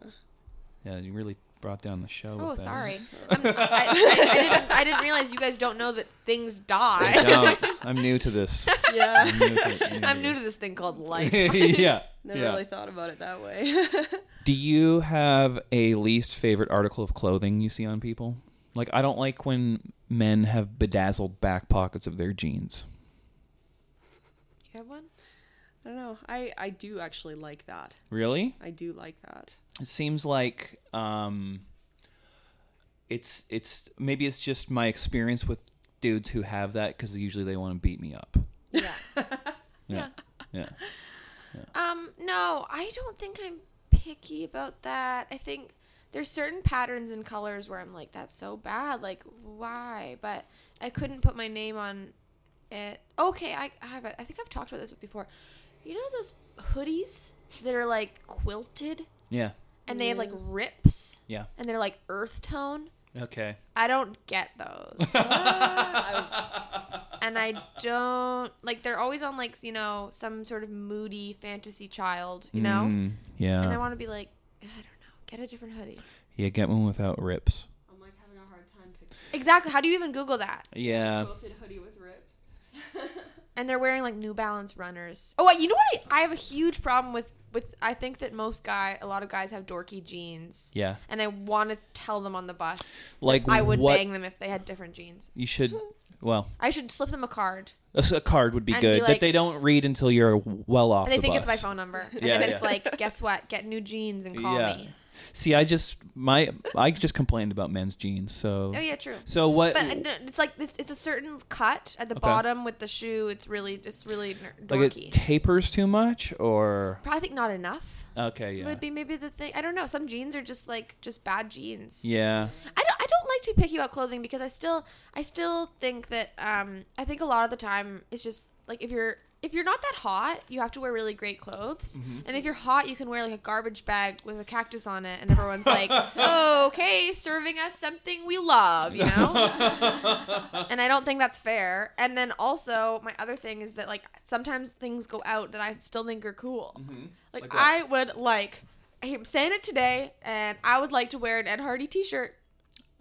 Speaker 1: Yeah, you really brought down the show.
Speaker 2: Oh,
Speaker 1: with that.
Speaker 2: sorry. I'm, I, I, I, didn't, I didn't realize you guys don't know that things
Speaker 1: I
Speaker 2: die.
Speaker 1: don't. I'm new to this.
Speaker 3: Yeah,
Speaker 1: I'm new to, I'm
Speaker 2: I'm new to this thing called life.
Speaker 1: yeah.
Speaker 3: never
Speaker 1: yeah.
Speaker 3: really thought about it that way.
Speaker 1: Do you have a least favorite article of clothing you see on people? Like, I don't like when men have bedazzled back pockets of their jeans.
Speaker 2: You have one?
Speaker 3: I don't know. I I do actually like that.
Speaker 1: Really?
Speaker 3: I do like that.
Speaker 1: it seems like um it's it's maybe it's just my experience with dudes who have that because usually they want to beat me up
Speaker 2: Yeah.
Speaker 1: yeah yeah
Speaker 2: Um, no, I don't think I'm picky about that. I think there's certain patterns and colors where I'm like, that's so bad. Like, why? But I couldn't put my name on it. Okay, I, I have. A, I think I've talked about this before. You know those hoodies that are like quilted
Speaker 1: yeah
Speaker 2: and they have like rips
Speaker 1: yeah
Speaker 2: and they're like earth tone.
Speaker 1: okay
Speaker 2: I don't get those. and I don't like they're always on like, you know, some sort of moody fantasy child, you know?
Speaker 1: Mm,
Speaker 2: And I
Speaker 1: yeah
Speaker 2: want to be like, I don't know, get a different hoodie.
Speaker 1: yeah get one without rips
Speaker 3: I'm like having a hard time picking
Speaker 2: Exactly. How do you even Google that?
Speaker 1: yeah
Speaker 3: quilted hoodie with rips.
Speaker 2: And they're wearing like New Balance runners. Oh, wait, you know what? I, I have a huge problem with with I think that most guy, a lot of guys have dorky jeans.
Speaker 1: yeah
Speaker 2: And I want to tell them on the bus.
Speaker 1: like
Speaker 2: I would
Speaker 1: what
Speaker 2: bang them if they had different jeans.
Speaker 1: you should well
Speaker 2: I should slip them a card.
Speaker 1: a s- a card would be
Speaker 2: And be
Speaker 1: good that
Speaker 2: like-
Speaker 1: they don't read until you're well off
Speaker 2: And they
Speaker 1: the
Speaker 2: think it's my
Speaker 1: bus.
Speaker 2: phone number. And
Speaker 1: Yeah,
Speaker 2: then it's
Speaker 1: yeah.
Speaker 2: like, guess what? Get new jeans and call
Speaker 1: Yeah.
Speaker 2: me.
Speaker 1: see i just my i just complained about men's jeans so
Speaker 2: Oh yeah, true.
Speaker 1: so what
Speaker 2: But uh, no, it's like this, it's a certain cut at the
Speaker 1: Okay.
Speaker 2: bottom with the shoe. It's really it's really ner-
Speaker 1: like
Speaker 2: dorky.
Speaker 1: it tapers too much or
Speaker 2: Probably think not enough
Speaker 1: okay yeah
Speaker 2: would be maybe the thing. I don't know. Some jeans are just like just bad jeans.
Speaker 1: Yeah.
Speaker 2: I don't I don't like to be picky about clothing because I still I still think that um I think a lot of the time it's just like if you're if you're not that hot, you have to wear really great clothes.
Speaker 1: Mm-hmm.
Speaker 2: And if you're hot, you can wear like a garbage bag with a cactus on it, and everyone's like, oh, "Okay, serving us something we love," you know. and I don't think that's fair. And then also, my other thing is that like sometimes things go out that I still think are cool. Like,
Speaker 1: Mm-hmm. Like what?
Speaker 2: I would like. I'm saying it today, and I would like to wear an Ed Hardy T-shirt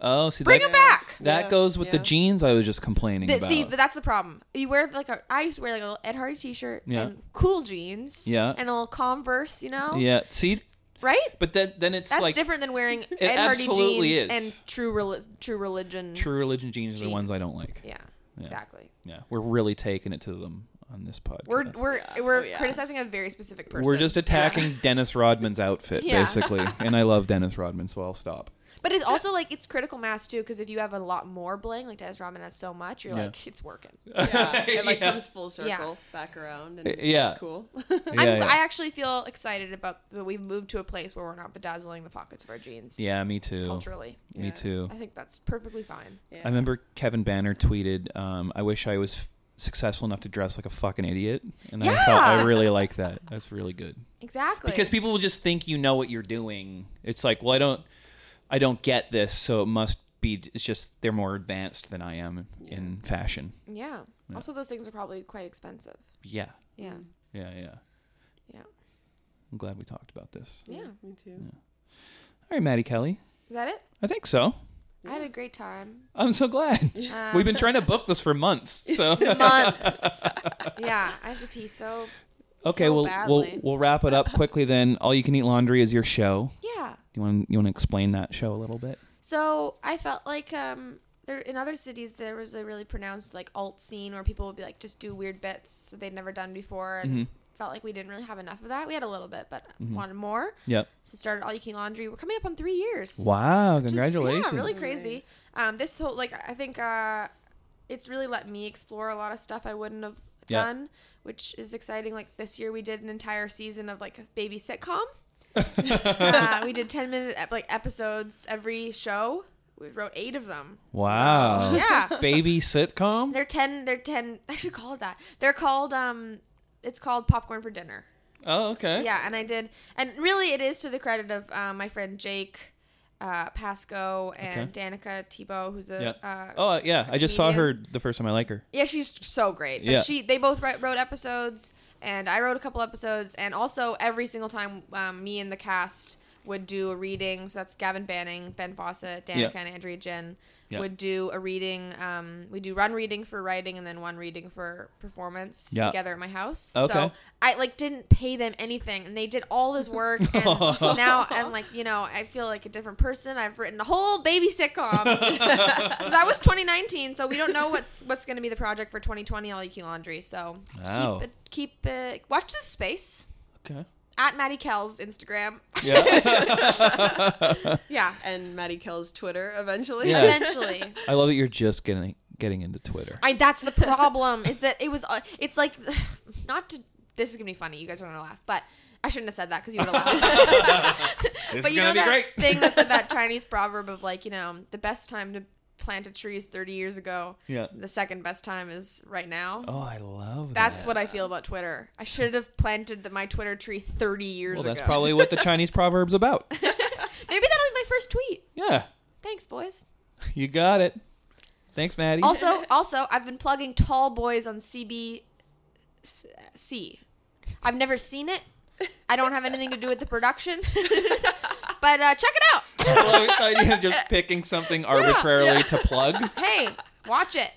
Speaker 1: Oh, see,
Speaker 2: Bring
Speaker 1: that,
Speaker 2: them back.
Speaker 1: That
Speaker 3: Yeah,
Speaker 1: goes with the
Speaker 3: yeah.
Speaker 1: jeans I was just complaining
Speaker 2: Th-
Speaker 1: about.
Speaker 2: see, but that's the problem. You wear like a. I used to wear like a little Ed Hardy T-shirt
Speaker 1: Yeah.
Speaker 2: and cool jeans.
Speaker 1: Yeah.
Speaker 2: And a little Converse, you know.
Speaker 1: yeah. See,
Speaker 2: Right.
Speaker 1: but then then it's
Speaker 2: That's
Speaker 1: like
Speaker 2: different than wearing Ed Hardy
Speaker 1: absolutely
Speaker 2: jeans
Speaker 1: is.
Speaker 2: and true reli- true religion.
Speaker 1: True Religion jeans, are the ones I
Speaker 2: jeans.
Speaker 1: don't like. Yeah.
Speaker 2: Yeah. Exactly.
Speaker 1: we're really taking it to them on this podcast.
Speaker 2: We're we're we're
Speaker 3: Oh, yeah.
Speaker 2: criticizing a very specific person.
Speaker 1: We're just attacking Dennis Rodman's outfit
Speaker 2: Yeah.
Speaker 1: basically, and I love Dennis Rodman, so I'll stop.
Speaker 2: But it's also like it's critical mass too, because if you have a lot more bling, like Dennis Rodman has so much, you're
Speaker 1: Yeah.
Speaker 2: like it's working.
Speaker 3: Yeah, it like
Speaker 1: Yeah.
Speaker 3: comes full circle
Speaker 2: Yeah.
Speaker 3: back around. And
Speaker 1: Uh,
Speaker 3: it's
Speaker 1: yeah.
Speaker 3: cool.
Speaker 2: I'm,
Speaker 1: yeah.
Speaker 2: I actually feel excited about that we've moved to a place where we're not bedazzling the pockets of our jeans.
Speaker 1: Yeah, me too.
Speaker 2: Culturally,
Speaker 1: Me
Speaker 3: Yeah.
Speaker 1: too.
Speaker 2: I think that's perfectly fine.
Speaker 1: I remember Kevin Banner tweeted, um, "I wish I was f- successful enough to dress like a fucking idiot," and I felt I
Speaker 2: Yeah.
Speaker 1: really like that. That's really good
Speaker 2: Exactly.
Speaker 1: because people will just think you know what you're doing. It's like, well, I don't, I don't get this, so it must be. It's just they're more advanced than I am in fashion.
Speaker 2: yeah. Also, those things are probably quite expensive.
Speaker 1: Yeah,
Speaker 2: Yeah.
Speaker 1: yeah, yeah.
Speaker 2: Yeah.
Speaker 1: I'm glad we talked about this.
Speaker 2: Yeah.
Speaker 3: me too.
Speaker 1: All right, Maddie Kelly,
Speaker 2: Is that it?
Speaker 1: I think so.
Speaker 2: I had a great time.
Speaker 1: I'm so glad.
Speaker 2: Um,
Speaker 1: We've been trying to book this for months, so
Speaker 2: months. yeah, I have to pee so.
Speaker 1: okay,
Speaker 2: so
Speaker 1: we'll we'll
Speaker 2: badly.
Speaker 1: we'll wrap it up quickly. Then, all you can eat laundry is your show.
Speaker 2: Yeah.
Speaker 1: Do you want you want to explain that show a little bit?
Speaker 2: So I felt like um there in other cities there was a really pronounced like alt scene where people would be like just do weird bits that they'd never done before
Speaker 1: Mm-hmm.
Speaker 2: and felt like we didn't really have enough of that. We had a little bit, but wanted more.
Speaker 1: Yep.
Speaker 2: So started all you can laundry. We're coming up on three years.
Speaker 1: Wow!
Speaker 2: Just-
Speaker 1: Congratulations.
Speaker 2: yeah, really crazy.
Speaker 3: Nice.
Speaker 2: Um, this whole like I think uh, it's really let me explore a lot of stuff I wouldn't have
Speaker 1: Yeah.
Speaker 2: done, which is exciting. Like this year we did an entire season of like a baby sitcom. uh, we did ten minute ep- like episodes every show. We wrote eight of them.
Speaker 1: Wow.
Speaker 2: Yeah.
Speaker 1: Baby sitcom.
Speaker 2: They're ten. They're ten. I should call it that. They're called. Um, it's called popcorn for dinner.
Speaker 1: Oh, okay.
Speaker 2: Yeah, and I did, and really, it is to the credit of uh, my friend Jake uh, Pasco and Danica Tebow, who's a
Speaker 1: Yeah.
Speaker 2: uh,
Speaker 1: oh uh, yeah, I just saw her
Speaker 2: comedian.
Speaker 1: the first time I like her.
Speaker 2: yeah, she's so great. But
Speaker 1: Yeah.
Speaker 2: she they both wrote, wrote episodes, and I wrote a couple episodes, and also every single time um, me and the cast would do a reading. So that's Gavin Banning, Ben Fawcett, Danica,
Speaker 1: Yeah.
Speaker 2: and Andrea Jen
Speaker 1: Yeah.
Speaker 2: would do a reading. Um, we do one reading for writing and then one reading for performance
Speaker 1: Yeah.
Speaker 2: together at my house.
Speaker 1: Okay.
Speaker 2: So I like didn't pay them anything, and they did all this work. And now I'm like, you know, I feel like a different person. I've written a whole baby sitcom. so that was 2019. So we don't know what's what's going to be the project for 2020 LEQ Laundry. So
Speaker 1: Wow.
Speaker 2: keep it, keep it. Watch this space
Speaker 1: Okay.
Speaker 2: at Maddie Kell's Instagram.
Speaker 1: Yeah.
Speaker 2: yeah,
Speaker 3: And Maddie Kell's Twitter eventually.
Speaker 1: Yeah.
Speaker 2: eventually.
Speaker 1: I love that you're just getting getting into Twitter.
Speaker 2: I that's the problem is that it was. Uh, it's like not to. This is gonna be funny. You guys are gonna laugh, but. I shouldn't have said that because you would have laughed.
Speaker 1: This
Speaker 2: but
Speaker 1: is
Speaker 2: you know
Speaker 1: gonna be
Speaker 2: that
Speaker 1: great.
Speaker 2: thing that's that Chinese proverb of like, you know, the best time to plant a tree is 30 years ago.
Speaker 1: yeah.
Speaker 2: The second best time is right now.
Speaker 1: Oh, I love that.
Speaker 2: That's what I feel about Twitter. I should have planted the, my Twitter tree 30 years
Speaker 1: Well,
Speaker 2: ago.
Speaker 1: that's probably what the Chinese proverb's about.
Speaker 2: Maybe that'll be my first tweet.
Speaker 1: Yeah.
Speaker 2: Thanks, boys.
Speaker 1: You got it. Thanks, Maddie.
Speaker 2: Also, also, I've been plugging Tall Boys on CBC. I've never seen it. I don't have anything to do with the production, but uh, check it out.
Speaker 1: I like the idea of just picking something arbitrarily to plug.
Speaker 2: Hey, watch it.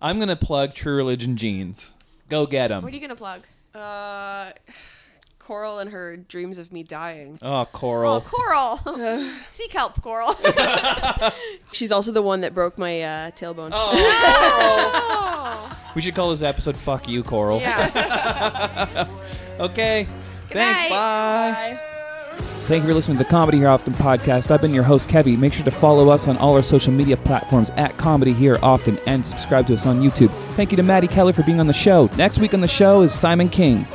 Speaker 1: I'm gonna plug True Religion jeans. Go get them.
Speaker 2: What are you gonna plug?
Speaker 3: Uh, Coral and her dreams of me dying.
Speaker 1: oh,
Speaker 2: Oh,
Speaker 1: Coral.
Speaker 2: coral, sea kelp, coral.
Speaker 3: She's also the one that broke my uh, tailbone.
Speaker 2: oh,
Speaker 1: We should call this episode "Fuck You, Coral."
Speaker 2: yeah.
Speaker 1: Okay. Thanks.
Speaker 2: night.
Speaker 1: Bye. Thank you for listening to the Comedy Here Often podcast. I've been your host, Kevy. Make sure to follow us on all our social media platforms at Comedy Here Often and subscribe to us on YouTube. Thank you to Maddie Kelly for being on the show. Next week on the show is Simon King.